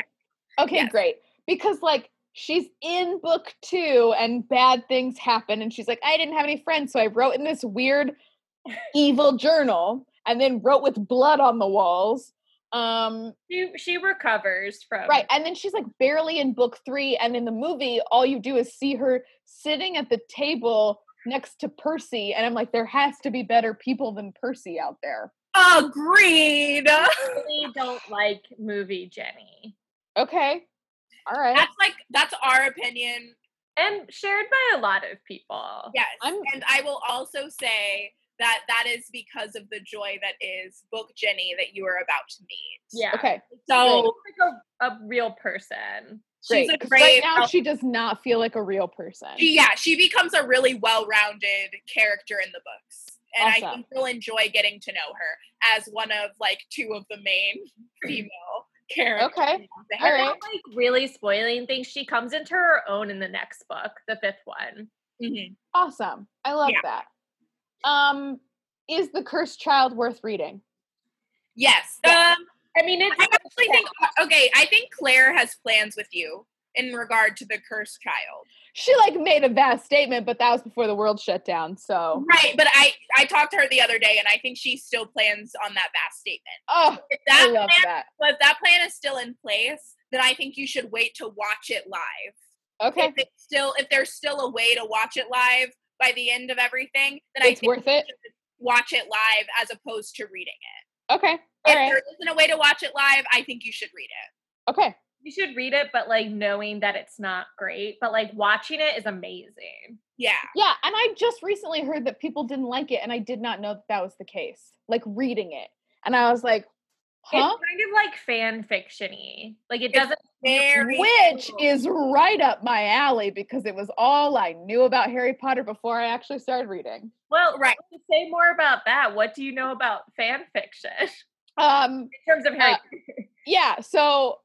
Okay, Yes. great. Because like she's in book two and bad things happen, and she's like, I didn't have any friends, so I wrote in this weird evil journal and then wrote with blood on the walls. Um, she she recovers from right. And then she's like barely in book three, and in the movie, all you do is see her sitting at the table next to Percy, and I'm like, there has to be better people than Percy out there. Agreed. really don't like movie Jenny. Okay. All right. That's like that's our opinion. And shared by a lot of people. Yes. I'm- and I will also say that that is because of the joy that is book Jenny that you are about to meet. Yeah. Okay. So Like a, a real person. Great. she's a 'cause great right now, she does not feel like a real person. she, yeah, she becomes a really well-rounded character in the books. And I Awesome. think you'll enjoy getting to know her as one of like two of the main female characters. Okay. that All Without, right. like really spoiling things, she comes into her own in the next book, the fifth one. Mhm. Awesome. I love that. Um, is the cursed child worth reading? Yes. Yeah. Um, I mean, it's I actually think okay, I think Claire has plans with you in regard to the cursed child. She like made a vast statement, but that was before the world shut down. So, Right, but I I talked to her the other day and I think she still plans on that vast statement. oh, If I that love plan, that. but if that plan is still in place, then I think you should wait to watch it live. Okay, If it's still if there's still a way to watch it live by the end of everything, then I it's think worth it. watch it live as opposed to reading it. Okay, all if right, there isn't a way to watch it live, I think you should read it. okay, you should read it, but like knowing that it's not great, but like watching it is amazing. Yeah. yeah. And I just recently heard that people didn't like it, and I did not know that that was the case. Like reading it, and I was like, huh, It's kind of like fan fiction-y. Like it It's doesn't Very which cool. is right up my alley because it was all I knew about Harry Potter before I actually started reading. well Right. to say more about that. What do you know about fan fiction in Um, terms of Harry Uh, yeah so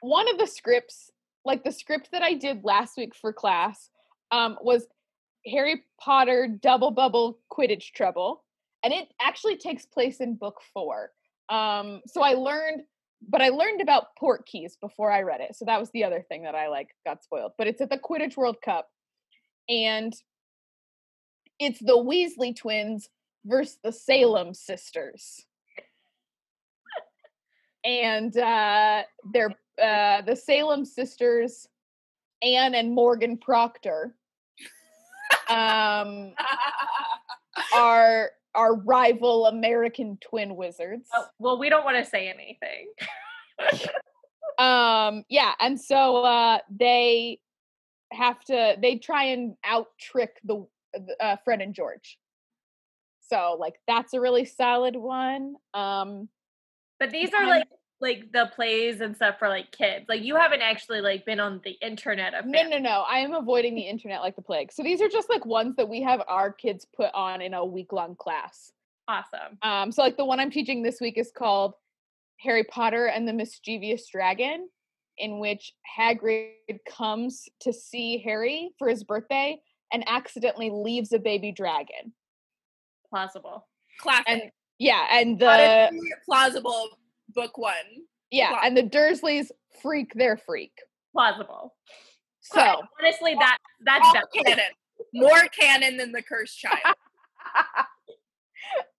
one of the scripts like the script that i did last week for class um, was harry potter double bubble quidditch trouble and it actually takes place in book four um, so i learned but I learned about port keys before I read it. So that was the other thing that I like got spoiled. But it's at the Quidditch World Cup and it's the Weasley twins versus the Salem sisters. and uh they're uh the Salem sisters Anne and Morgan Proctor um are are rival American twin wizards. Oh, well, we don't want to say anything. um yeah and so uh they have to they try and out trick the uh fred and george so like that's a really solid one um But these are I'm- like like the plays and stuff for like kids. Like you haven't actually like been on the internet of no fan- no no i am avoiding the internet like the plague so these are just like ones that we have our kids put on in a week long class awesome. um so like the one i'm teaching this week is called harry potter and the mischievous dragon in which hagrid comes to see harry for his birthday and accidentally leaves a baby dragon Plausible. Classic. and yeah and the Honestly, plausible book one. yeah and the dursleys freak their freak Plausible. so Honestly, that that's All that. canon. More canon than the cursed child.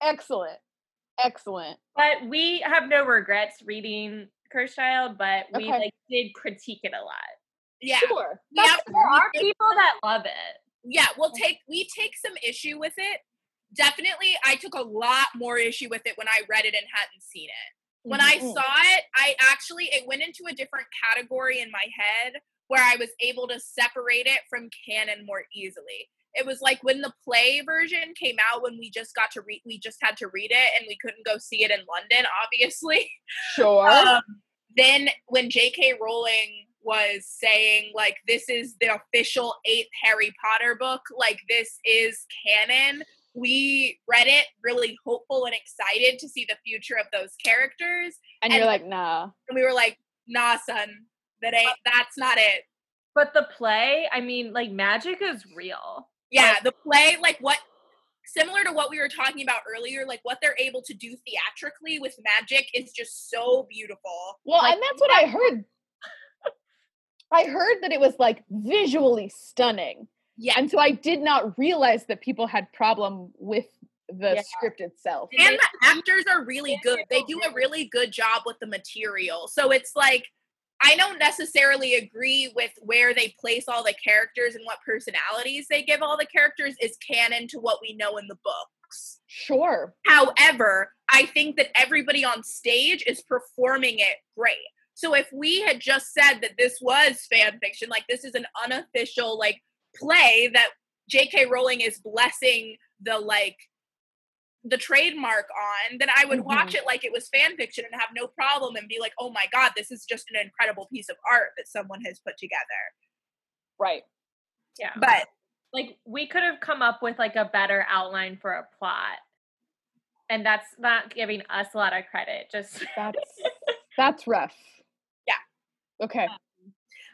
excellent excellent But we have no regrets reading Cursed Child, but we Okay. like did critique it a lot. Yeah. sure Yeah. that's There fair. are people that love it. Yeah, we'll take we take some issue with it. Definitely I took a lot more issue with it when I read it and hadn't seen it. when I Mhm. saw it, I actually it went into a different category in my head where I was able to separate it from canon more easily. It was like when the play version came out when we just got to read we just had to read it and we couldn't go see it in London obviously. sure Um, then when J.K. Rowling was saying like this is the official eighth Harry Potter book, like this is canon. We read it really hopeful and excited to see the future of those characters, and you're and- like nah and we were like, "Nah, son, that ain't that's not it." But the play, I mean, like magic is real. Yeah, the play, like what, similar to what we were talking about earlier, like what they're able to do theatrically with magic is just so beautiful. well Like- and that's what i heard i heard that it was like visually stunning Yeah, and so i did not realize that people had problem with the Yeah. script itself and the actors are really good. They do a really good job with the material. So it's like I don't necessarily agree with where they place all the characters and what personalities they give all the characters is canon to what we know in the books. sure However, I think that everybody on stage is performing it great. So if we had just said that this was fan fiction, like this is an unofficial like play that J.K. Rowling is blessing the like the trademark on, then I would watch it like it was fan fiction and have no problem and be like, "Oh my god, this is just an incredible piece of art that someone has put together." right Yeah. But like we could have come up with like a better outline for a plot. And that's not giving us a lot of credit. Just that's that's rough Yeah. okay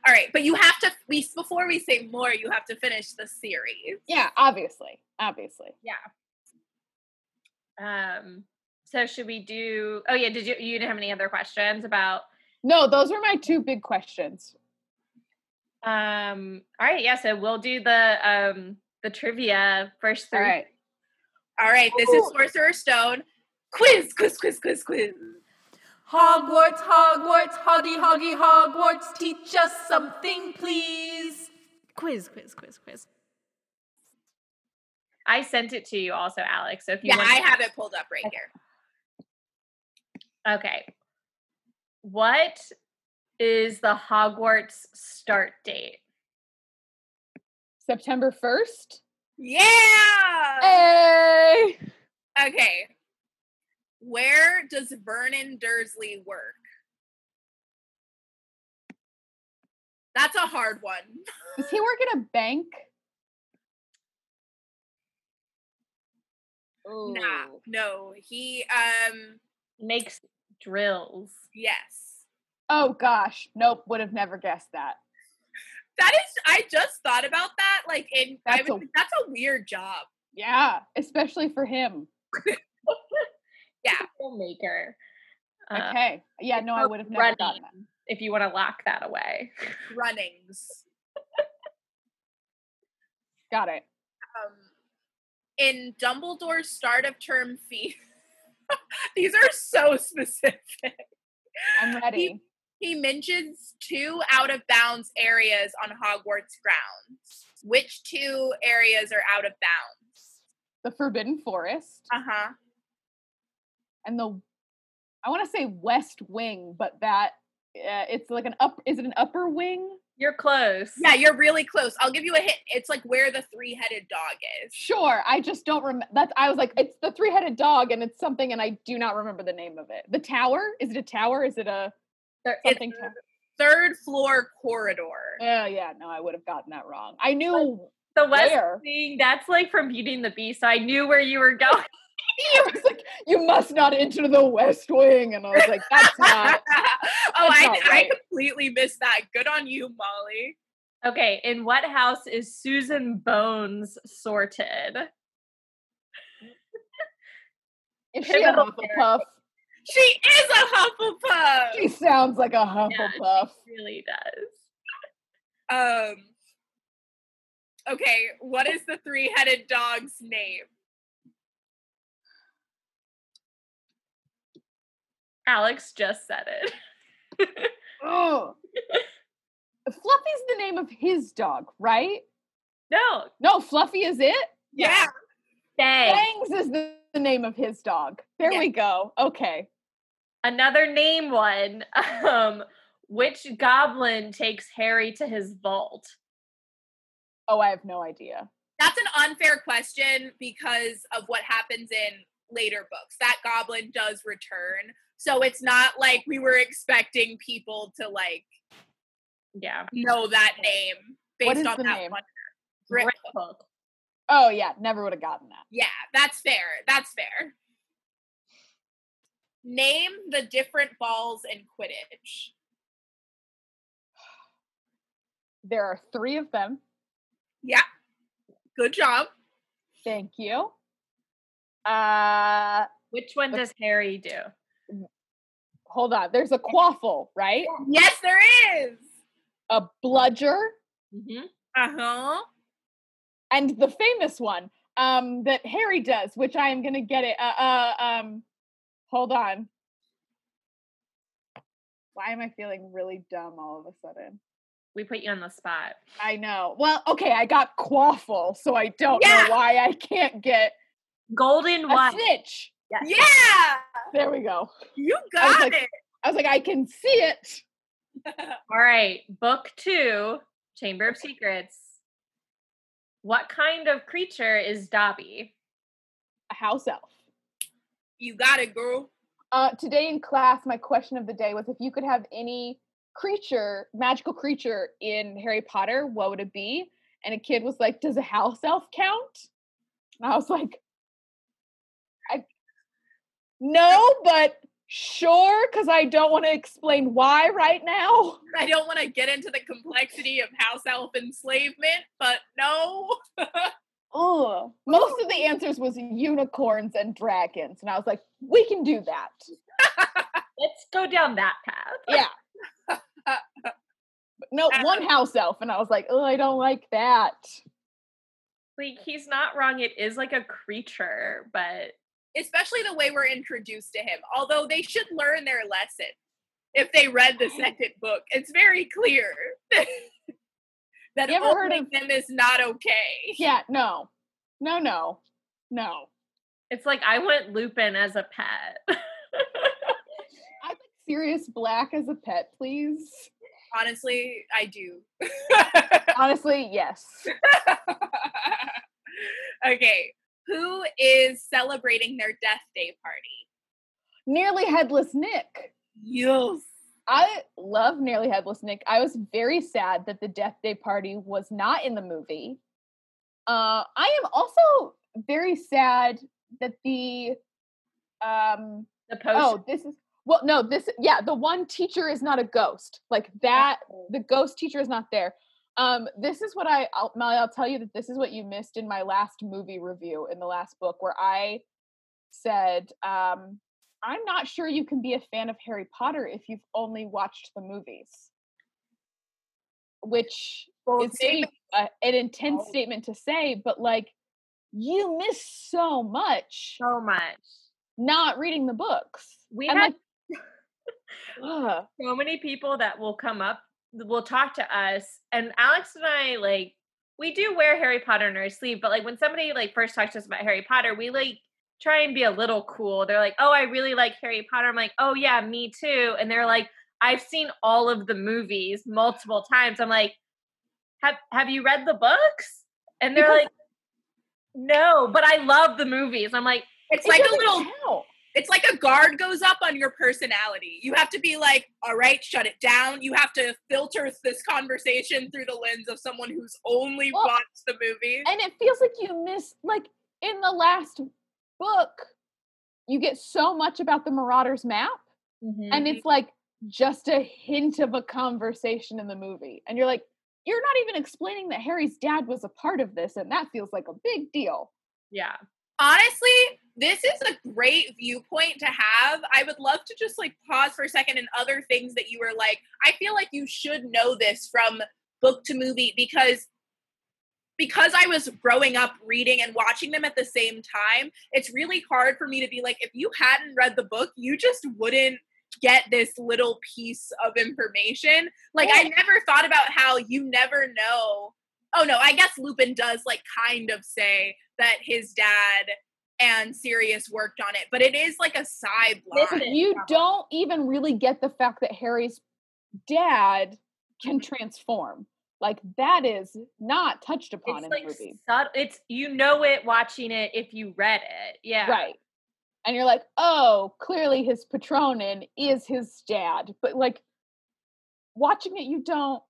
all right, but you have to we before we say more, you have to finish the series. yeah obviously obviously um so should we do oh yeah, did you you didn't have any other questions about No, those were my two big questions. um all right, yeah, so we'll do the um the trivia first three. All right. All right, this Oh. is Sorcerer Stone. Quiz, quiz, quiz, quiz, quiz. Hogwarts, Hogwarts, hoggy, hoggy, Hogwarts, teach us something, please. Quiz, quiz, quiz, quiz. I sent it to you also, Alex. So if you Yeah, want I have it pulled up right here. Okay. What is the Hogwarts start date? September 1st. Yeah! Hey! Oh. Okay. Where does Vernon Dursley work? That's a hard one. Does he work at a bank? Nah, Oh. Ooh. no. He, um, Makes drills. yes. Oh gosh. Nope. Would have never guessed that. That is, I just thought about that. Like, in, I That's was, a- that's a weird job. Yeah. Especially for him. Filmmaker. uh, okay. Yeah, no, I would have never running. gotten that. if you want to lock that away. runnings. Got it. Um, in Dumbledore's start of term fee, these are so specific. I'm ready. He mentions two out of bounds areas on Hogwarts grounds. Which two areas are out of bounds? The Forbidden Forest Uh huh. and the I want to say West Wing, but that uh, it's like an up. Is it an upper wing? You're close. Yeah, you're really close. I'll give you a hint. It's like where the three headed dog is. Sure. I just don't remember. That's I was like, it's the three-headed dog, and it's something, and I do not remember the name of it. The tower? Is it a tower? Is it a There- it's- something? tower? Third floor corridor. Oh yeah, no, I would have gotten that wrong. I knew The West where. Wing, that's like from Beauty and the Beast. I knew where you were going. I was like, you must not enter the West Wing, and I was like, that's oh, not. I, not I right. completely missed that. Good on you, Molly. Okay, in what house is Susan Bones sorted? If she a Pivotal Hufflepuff, She is a Hufflepuff. she sounds like a Yeah, she Hufflepuff. really does. Oh, Um. Okay, what is the three headed dog's name? Alex just said it. Oh, Fluffy's the name of his dog, right? No, No, Fluffy is it. Yeah. Bang. Bangs is the, the name of his dog. There Yeah. we go. Okay. Another name one. Um, which goblin takes Harry to his vault? Oh, I have no idea. That's an unfair question because of what happens in later books. That goblin does return. So it's not like we were expecting people to like Yeah. know that name What based is on the that name? one. Grit. Grimhook. Oh yeah, never would have gotten that. Yeah, that's fair. That's fair. Name the different balls in Quidditch. There are three of them. Good job. Thank you. Uh, Which one does Harry do? hold on. There's a quaffle, right? Yes, there is. A bludger, Mm-hmm. Uh huh. and the famous one um, that Harry does, which I am gonna get it. Uh, uh, um, hold on. Why am I feeling really dumb all of a sudden? We put you on the spot. I know. Well, okay, I got quaffle, so I don't Yeah. know why I can't get Golden a White. snitch. Yeah, There we go. you I was got like- it. I was like, I can see it. All right, book two, Chamber of Secrets. What kind of creature is Dobby? A house elf. You got it, girl. Uh, today in class, my question of the day was if you could have any creature, magical creature in Harry Potter, what would it be? And a kid was like, Does a house elf count? And I was like, I no, but sure, because I don't want to explain why right now. I don't want to get into the complexity of house elf enslavement, but no. Oh, most of the answers was unicorns and dragons, and I was like, we can do that. Let's go down that path. Yeah. But no, one house elf, and I was like, oh, I don't like that. Like he's not wrong. It is like a creature, but Especially the way we're introduced to him. Although they should learn their lesson if they read the second book. It's very clear that You ever heard owning them is not okay. Yeah, no, no, no, no. it's like I want Lupin as a pet. I like Sirius Black as a pet, please. Honestly, I do. Honestly, yes. okay. Who is celebrating their death day party? Nearly headless Nick. Yes. I love Nearly Headless Nick. I was very sad that the Death Day Party was not in the movie. Uh, I am also very sad that the um the potion. oh this is well no this yeah the one teacher is not a ghost like that the ghost teacher is not there. Um, this is what I I'll, Molly. I'll tell you that this is what you missed in my last movie review in the last book where I said um I'm not sure you can be a fan of Harry Potter if you've only watched the movies. Which Bold is maybe a, an Oh. intense statement to say, but like you miss so much so much. not reading the books. We And, have like, ugh. so many people that will come up will talk to us and alex and i like we do wear harry potter in our sleeve but like when somebody like first talks to us about harry potter we like try and be a little cool they're like oh i really like harry potter i'm like oh yeah me too and they're like i've seen all of the movies multiple times i'm like have have you read the books and they're Because- like no but i love the movies i'm like It's It like a doesn't little count. it's like a guard goes up on your personality. You have to be like, all right, shut it down. You have to filter this conversation through the lens of someone who's only Well, watched the movie. and it feels like you miss like in the last book you get so much about the marauders map "Mm-hmm, and it's like just a hint of a conversation in the movie and you're like you're not even explaining that harry's dad was a part of this and that feels like a big deal yeah Honestly, this is a great viewpoint to have. I would love to just like pause for a second and other things that you were like, I feel like you should know this from book to movie because because I was growing up reading and watching them at the same time, it's really hard for me to be like, if you hadn't read the book, you just wouldn't get this little piece of information. Like, I never thought about how you never know. Oh, no, I guess Lupin does, like, kind of say that his dad and Sirius worked on it, but it is like a But sideline. you don't even really get the fact that harry's dad can transform like that is not touched upon it's in like the movie subtle it's you know it watching it if you read it yeah Right. And you're like, oh, clearly his patronin is his dad. But like watching it, you don't.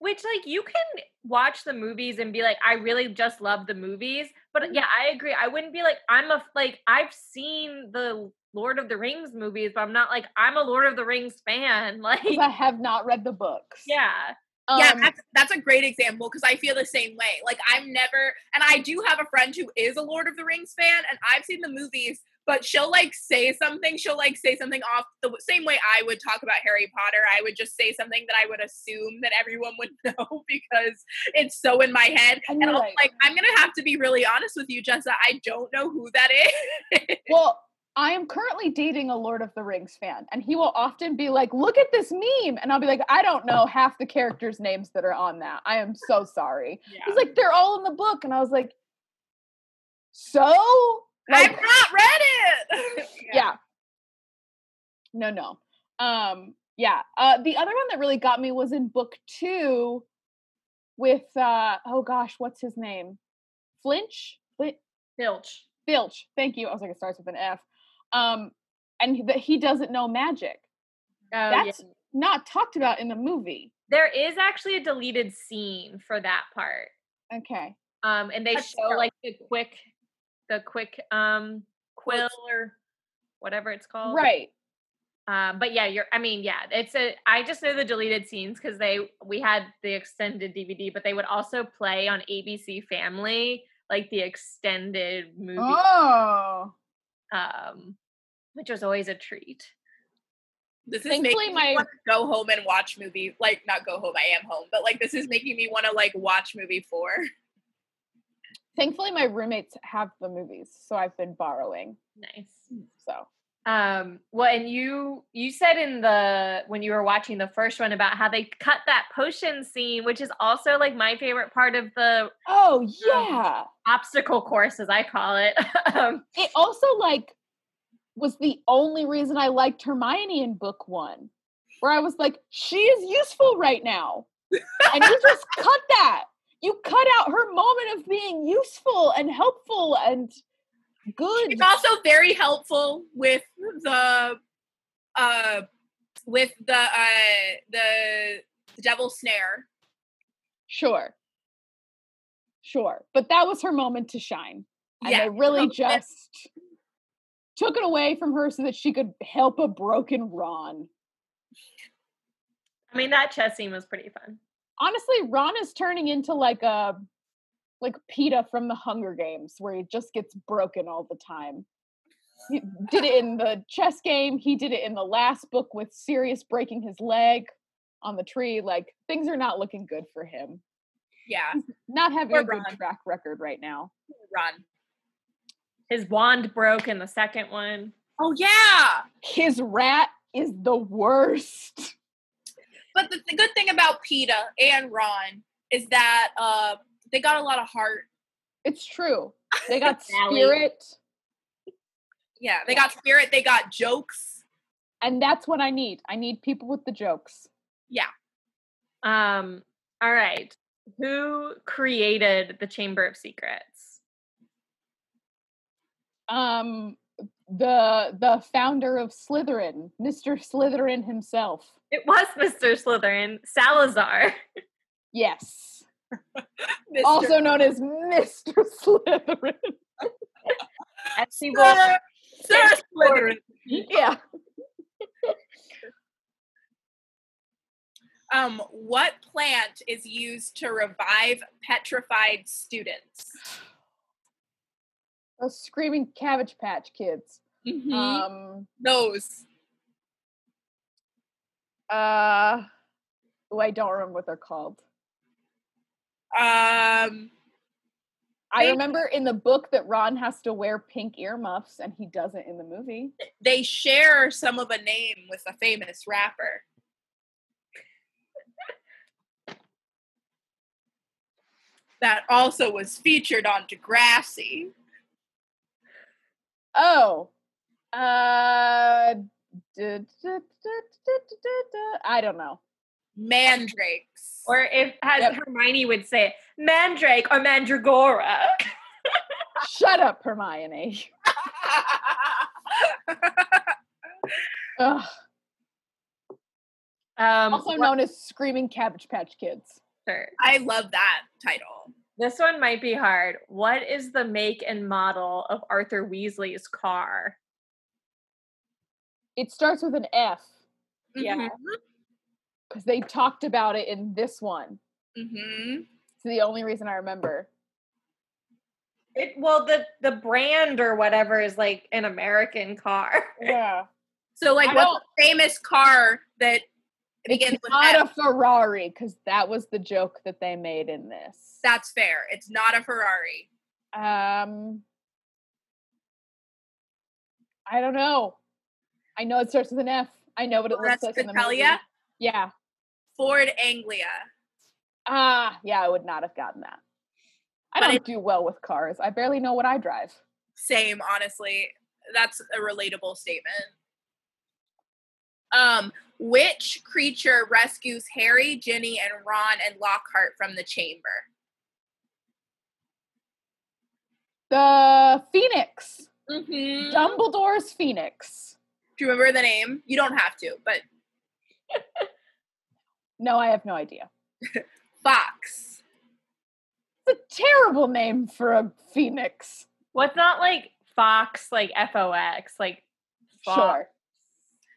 Which, like, you can watch the movies and be like, I really just love the movies. Mm-hmm. But yeah, I agree. I wouldn't be like, I'm a, like, I've seen the Lord of the Rings movies, but I'm not like, I'm a Lord of the Rings fan. Like, 'cause I have not read the books. yeah. Um, yeah, that's, that's a great example because I feel the same way. Like I'm never, and I do have a friend who is a Lord of the Rings fan, and I've seen the movies, but she'll like say something. She'll like say something off the same way I would talk about Harry Potter. I would just say something that I would assume that everyone would know because it's so in my head. And, And you're I'm like- like, I'm gonna have to be really honest with you, Jessa. I don't know who that is. well, I am currently dating a Lord of the Rings fan, and he will often be like, look at this meme. And I'll be like, I don't know half the characters' names that are on that. I am so sorry. He's like, they're all in the book. And I was like, so? I've Like, not read it. yeah. No, no. Um, yeah. Uh, the other one that really got me was in book two with uh, oh gosh, what's his name? Flinch, Flint, Filch. Filch. Thank you. I was like, it starts with an F. Um, and he, that he doesn't know magic. Oh, yeah. That's not talked about in the movie. There is actually a deleted scene for that part. Okay. Um, and they That's show like the quick, the quick, um, quill or whatever it's called. Right. Um, but yeah, you're. I mean, yeah, it's a. I just know the deleted scenes because they we had the extended DVD, but they would also play on ABC Family like the extended movie, Oh. um, which was always a treat. This is Thankfully, making my- me want to go home and watch movie. Like, not go home. I am home, but like, this is making me want to like watch movie four. Thankfully, my roommates have the movies, so I've been borrowing. Nice. So Um, well, and you you said in the when you were watching the first one about how they cut that potion scene, which is also like my favorite part of the oh yeah. obstacle course, as I call it. um, it also like was the only reason I liked Hermione in book one, where I was like, she is useful right now. and you just cut that. You cut out her moment of being useful and helpful and good. It's also very helpful with the, uh, with the uh the devil snare. Sure. Sure. But that was her moment to shine. And Yeah, they really no, that- just took it away from her so that she could help a broken Ron. I mean, that chess scene was pretty fun. honestly, Ron is turning into like uh, a like Peta from the Hunger Games, where he just gets broken all the time. He did it in the chess game. He did it in the last book with Sirius breaking his leg on the tree. Like things are not looking good for him. Yeah, Mm. Not having Or a good Ron. track record right now. run. His wand broke in the second one. Oh yeah. His rat is the worst. But the, the good thing about PETA and Ron is that uh, they got a lot of heart. It's true. They got Sally. spirit, Yeah, they got spirit. They got jokes. and that's what I need. I need people with the jokes. Um, all right. Who created the Chamber of Secrets? Um, the the founder of Slytherin, Mr. Slytherin himself. It was Mr. Slytherin, Salazar. Yes, Mr. also known as Mr. Slytherin. As he will Sir, Sir Slytherin. yeah. Um, what plant is used to revive petrified students? Those screaming cabbage patch kids. Um, Um Those. uh oh, I don't remember what they're called. Um, I Pink- remember in the book that Ron has to wear pink earmuffs and he doesn't in the movie. they share some of a name with a famous rapper. that also was featured on Degrassi. Oh. Uh duh, duh, duh, duh, duh, duh, duh. I don't know. Mandrakes. or if as Yep. Hermione would say, Mandrake or Mandragora. Shut up, Hermione. Ugh. Um, Also known as Screaming Cabbage Patch Kids. sure. I love that title. This one might be hard. What is the make and model of Arthur Weasley's car? It starts with an F Yeah. because they talked about it in this one. hmm It's the only reason I remember. It well the the brand or whatever is like an American car. Yeah. So, like, I what's the famous car that begins It's with not F? a Ferrari because that was the joke that they made in this. That's fair. It's not a Ferrari. um, I don't know. I know it starts with an F. I know what it looks That's like in the movie. Vitalia. Yeah. Ford Anglia. Ah, yeah. I would not have gotten that. I But don't it- do well with cars. I barely know what I drive. Same, honestly. That's a relatable statement. Um, which creature rescues Harry, Ginny, and Ron and Lockhart from the chamber? The Phoenix. Mm-hmm. Do Dumbledore's Phoenix. you remember the name? You don't have to, but No, I have no idea. Fox. It's a terrible name for a phoenix. What's not like Fox, like F O X, like Fox. Sure.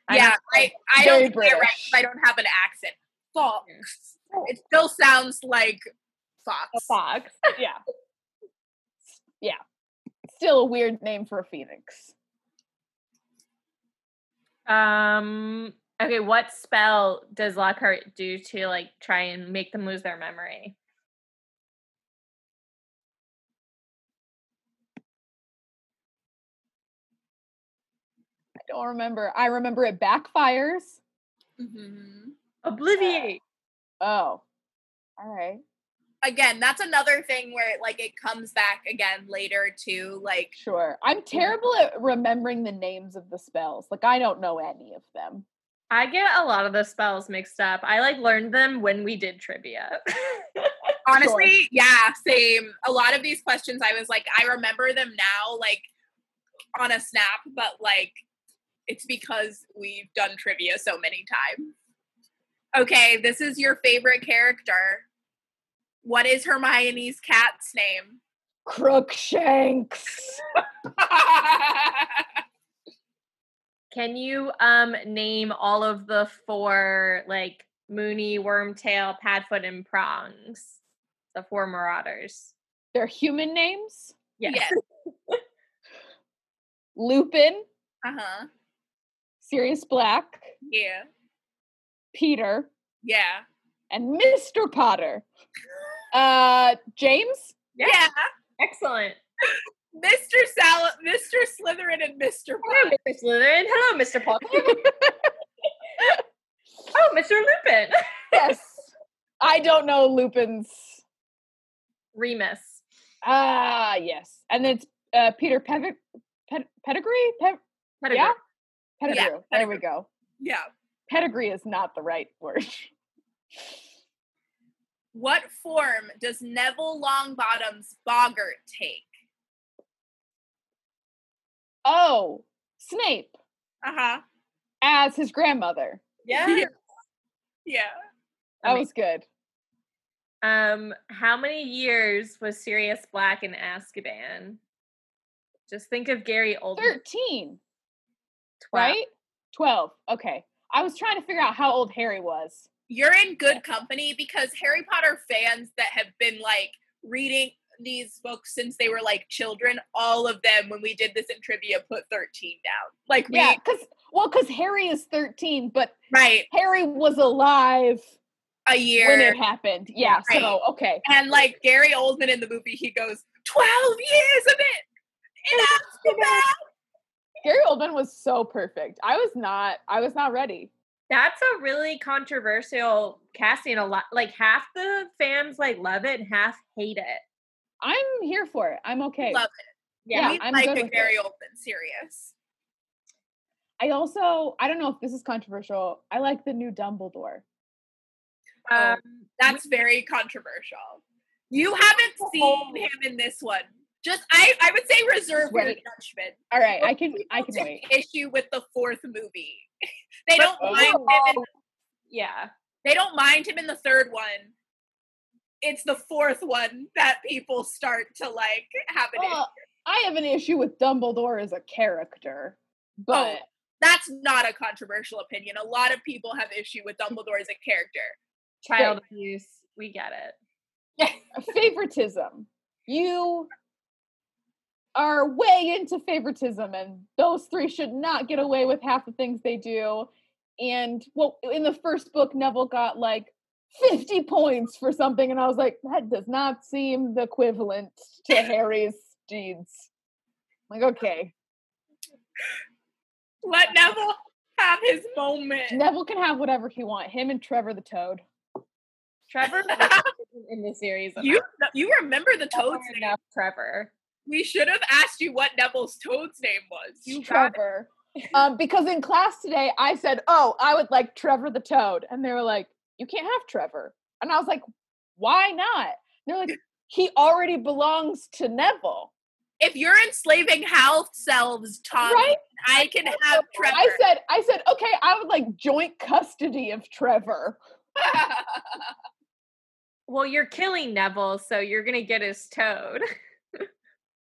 I yeah, don't- I, I Very don't get it right British. 'cause I don't have an accent. Fox. It still sounds like Fox. a fox. yeah. Yeah. Still a weird name for a phoenix. Um. Okay. What spell does Lockhart do to like try and make them lose their memory? I don't remember. I remember it backfires. Mhm. Obliviate. Oh. All right. again that's another thing where like it comes back again later to like Sure. I'm terrible at remembering the names of the spells. Like I don't know any of them. I get a lot of the spells mixed up. I like learned them when we did trivia. honestly yeah same a lot of these questions i was like i remember them now like on a snap but like it's because we've done trivia so many times okay this is your favorite character what is hermione's cat's name Crookshanks. Can you um name all of the four like Mooney, Wormtail, Padfoot, and Prongs? The four Marauders. They're human names. yes Lupin, Uh huh. Sirius Black, Yeah. Peter, Yeah. and Mr. Potter. Uh, James, Yeah. Excellent. Mr. Sal, Mr. Slytherin, and Mr. Hello, Potter. Mr. Slytherin. Hello, Mr. Potter. oh, Mr. Lupin. yes. I don't know Lupin's. Remus. Ah, yes. And then it's uh, Peter Pet- Pet- Pedigree? Pe- Pettigrew. Yeah? Pettigrew. There we Pettigrew. go. Yeah. Pedigree is not the right word. What form does Neville Longbottom's boggart take? Oh, Snape Uh huh. Uh-huh. as his grandmother. Yeah. Yeah. That was good. Um, how many years was Sirius Black in Azkaban? Just think of Gary Oldman. 13, Wow. right? 12. Okay. I was trying to figure out how old Harry was. You're in good company because Harry Potter fans that have been like reading these books since they were like children, all of them, when we did this in trivia, put 13 down. Like, we, Yeah, because, well, because Harry is 13, but right, Harry was alive a when year. it happened. Yeah. So, okay. And like Gary Oldman in the movie, he goes, 12 years of it in Azkaban. Gary Oldman was so perfect. I was not. I was not ready. That's a really controversial casting. A lot, like half the fans like love it and half hate it. I'm here for it. I'm okay. Love Yeah, we I'm like good a with Gary Oldman serious. I also. I don't know if this is controversial. I like the new Dumbledore. Oh, Um, That's very controversial. You haven't Oh. seen him in this one. Just I, I would say reserve your Wait. judgment. All right. I can. I can People wait. take issue with the fourth movie. they don't But oh. mind him. In, yeah, they don't mind him in the third one. It's the fourth one that people start to like have an issue. Well, Uh, I have an issue with Dumbledore as a character, but That's not a controversial opinion. A lot of people have issue with Dumbledore as a character. child abuse. We get it. favoritism. You are way into favoritism, and those three should not get away with half the things they do. And well, in the first book, Neville got like 50 points for something, and I was like, that does not seem the equivalent to Harry's deeds. Like, okay, Let Neville have his moment. Neville can have whatever he wants, him and Trevor the Toad. Trevor wasn't in the series. You you remember the Never toad's name? enough, Trevor. We should have asked you what Neville's toad's name was. You got Trevor. um, because in class today, I said, "Oh, I would like Trevor the Toad," and they were like, "You can't have Trevor," and I was like, "Why not?" And they're like, "He already belongs to Neville, if you're enslaving half selves, Tom, right?" I can have Um, Trevor. I said, "I said, okay, I would like joint custody of Trevor." Well, you're killing Neville, so you're gonna get his toad.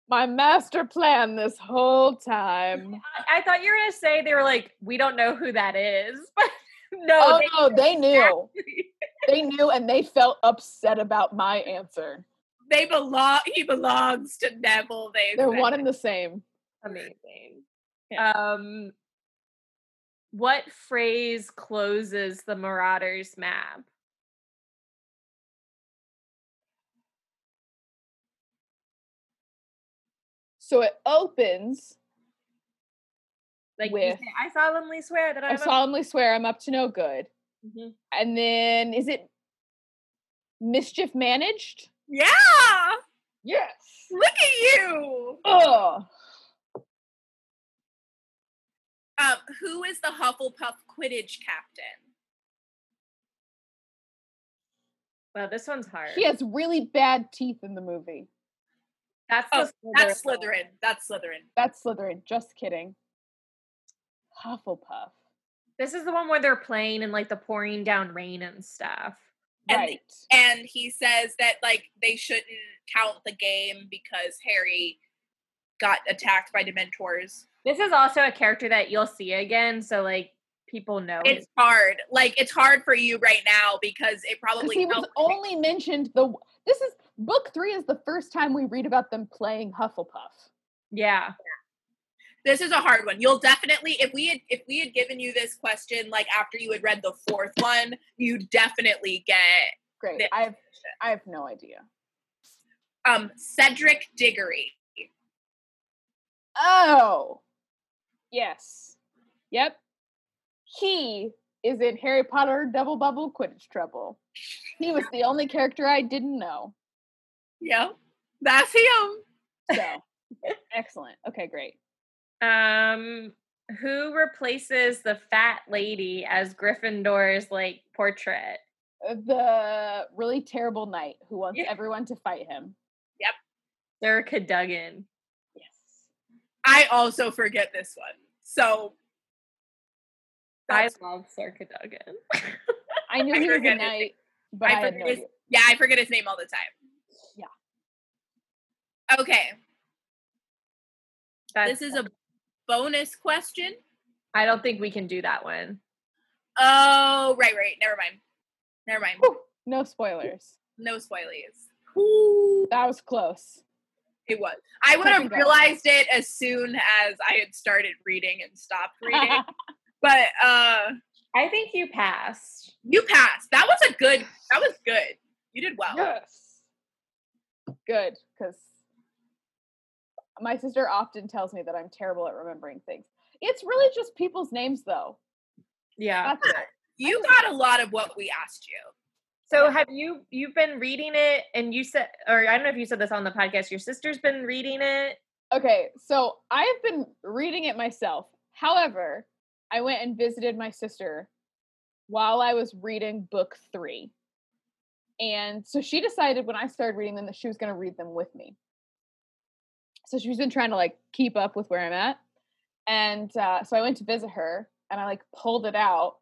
My master plan this whole time. I, I thought you were gonna say they were like, we don't know who that is, but no, Oh, they- no, they knew. Exactly. they knew, and they felt upset about my answer. they belong. He belongs to Neville. They They're said. one and the same. amazing. Um, what phrase closes the Marauders map? So it opens. Like, you With- say, I solemnly swear that I I'm. A- solemnly swear I'm up Mm-hmm. to no good. Mhm. And then is it mischief managed? Yeah, Yes. Ah, look at you. Oh, Um, who is the Hufflepuff Quidditch captain? well, this one's hard. he has really bad teeth in the movie. That's Oh, the That's one. Slytherin. That's Slytherin. That's Slytherin. Just kidding. Hufflepuff. This is the one where they're playing and like the pouring down rain and stuff. And Right. And he says that like they shouldn't count the game because Harry got attacked by Dementors. This is also a character that you'll see again, so like people know. his It's hard. Like it's hard for you right now because it 'Cause probably he was helped- only mentioned the this is book three is the first time we read about them playing Hufflepuff. Yeah. This is a hard one. You'll definitely if we had if we had given you this question like after you had read the fourth one, you definitely get Great. Th- I have I have no idea. um Cedric Diggory. Oh. Yes. Yep. He is in Harry Potter Double Bubble Quidditch Trouble. He was the only character I didn't know. Yeah. That's him. So excellent. Okay, great. Um, who replaces the fat lady as Gryffindor's like portrait? Uh, The really terrible knight who wants Yeah. everyone to fight him. Durka Duggan. Yes. I also forget this one. So I That's- love Circa Duggan. I knew I he was forget a his- knight, but I I, had forget no his idea. yeah, I forget his name all the time. Yeah. Okay. That's, This is a bonus question. I don't think we can do that one. Oh, right, right. Never mind. Never mind. Whew, no spoilers. No spoilies. That was close. It was. I would have Second guess. realized it as soon as I had started reading and stopped reading. but uh I think you passed. you passed. That was a good that was good. You did well. Yes. Good, because my sister often tells me that I'm terrible at remembering things. It's really just people's names, though. Yeah. That's it. You got a lot of what we asked you. So have you you've been reading it and you said or I don't know if you said this on the podcast, your sister's been reading it. Okay, so I have been reading it myself. However, I went and visited my sister while I was reading book three. And so she decided when I started reading them that she was going to read them with me. So she's been trying to like keep up with where I'm at. And uh, so I went to visit her and I like pulled it out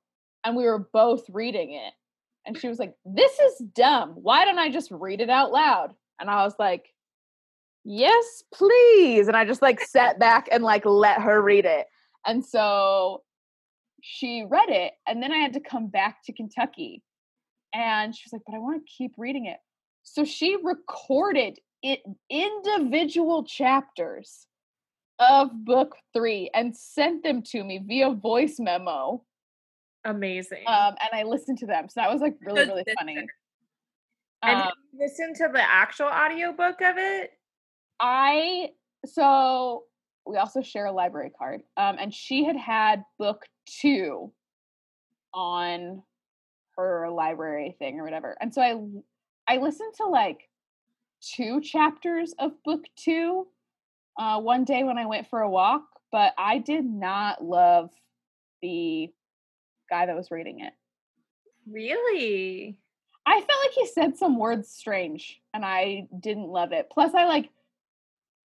and we were both reading it. And she was like, This is dumb. Why don't I just read it out loud? And I was like, yes please and i just like sat back and like let her read it and so she read it and then i had to come back to kentucky and she was like but i want to keep reading it so she recorded it individual chapters of book three and sent them to me via voice memo Amazing. um, and i listened to them so that was like really Good really sister. funny and Um, have you listened to the actual audiobook of it? I so we also share a library card, um, and she had had book two on her library thing or whatever, and so I l- I listened to like two chapters of book two uh, one day when I went for a walk, but I did not love the guy that was reading it. Really? I felt like he said some words strange and I didn't love it. Plus, I like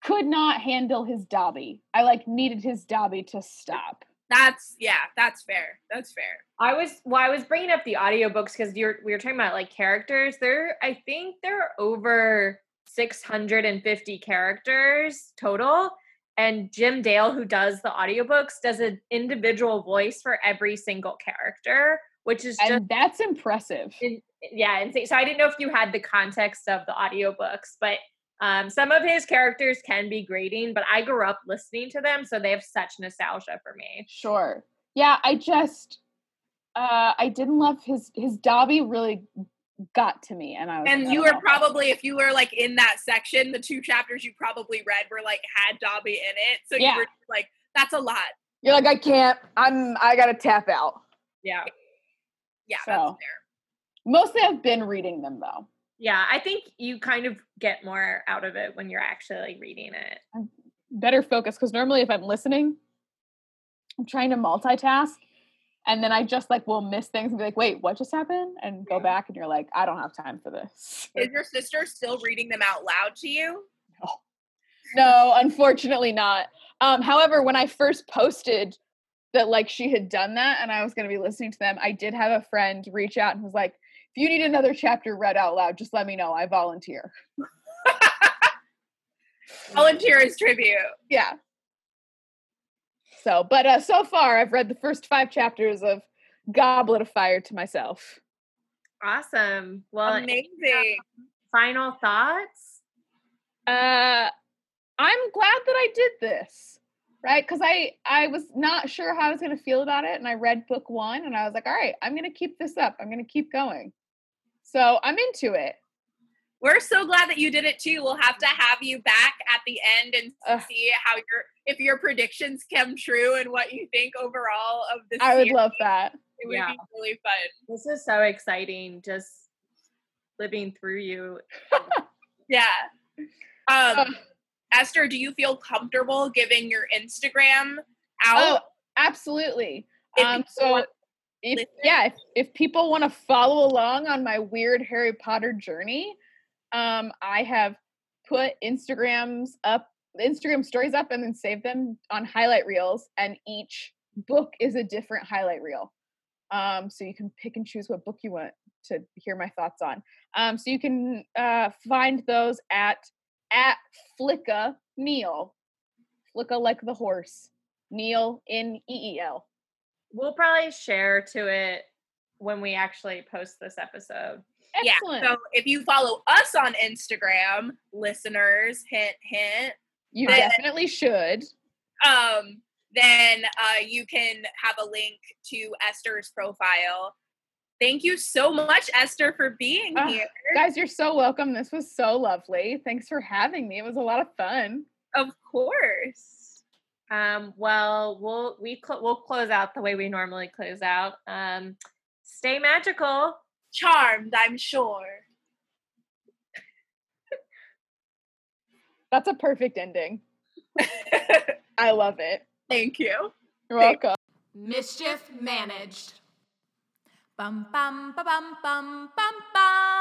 could not handle his Dobby. I like needed his Dobby to stop. That's yeah, that's fair. That's fair. I was well, I was bringing up the audiobooks because you're we were talking about like characters. There, I think there are over 650 characters total. And Jim Dale, who does the audiobooks, does an individual voice for every single character, which is just And that's impressive. in, yeah, insane. So I didn't know if you had the context of the audiobooks, but um, some of his characters can be grating, but I grew up listening to them, so they have such nostalgia for me. Sure. Yeah, I just uh I didn't love his his Dobby really got to me and I was like, "Oh." And I you don't were know. probably if you were like in that section, the two chapters you probably read were like had Dobby in it. So Yeah. you were like, that's a lot. You're like I can't. I'm I got to tap out. Yeah. Yeah, So. that's fair. Mostly I've been reading them though. Yeah, I think you kind of get more out of it when you're actually reading it. better focus because normally if I'm listening, I'm trying to multitask and then I just like will miss things and be like, wait, what just happened? And go back and you're like, I don't have time for this. Is your sister still reading them out loud to you? no, unfortunately not. Um, however, when I first posted that like she had done that and I was gonna be listening to them, I did have a friend reach out and was like, if you need another chapter read out loud, just let me know. I volunteer. Volunteer as tribute. Yeah. So, but uh, so far, I've read the first five chapters of Goblet of Fire to myself. Awesome. Well, any Amazing. final thoughts? Uh, I'm glad that I did this. right because i i was not sure how i was going to feel about it and i read book one and i was like all right i'm going to keep this up i'm going to keep going so i'm into it We're so glad that you did it too. We'll have to have you back at the end and Ugh. see how your if your predictions come true and what you think overall of this. i would series. love that It would Yeah. be really fun. This is so exciting. Just living through you. Yeah. Um, Ugh. Esther, do you feel comfortable giving your Instagram out? Oh, absolutely. If Um, people so, want if, listen. yeah, if, if people want to follow along on my weird Harry Potter journey, um, I have put Instagrams up, Instagram stories up, and then saved them on highlight reels. And each book is a different highlight reel. Um, so you can pick and choose what book you want to hear my thoughts on. Um, so you can uh, find those at at Flicka Neil, Flicka like the horse, Neil N E E L. We'll probably share to it when we actually post this episode. Excellent. Yeah. So if you follow us on Instagram, listeners, hint hint, you I- definitely should. um, then uh, you can have a link to Esther's profile. Thank you so much, Esther, for being Ah. here. Guys, you're so welcome. This was so lovely. Thanks for having me. It was a lot of fun. Of course. Um, well, we'll we cl- we'll close out the way we normally close out. Um, stay magical. Charmed, I'm sure. That's a perfect ending. I love it. Thank you. You're welcome. Mischief managed. Bum bum ba bum bum bum bum.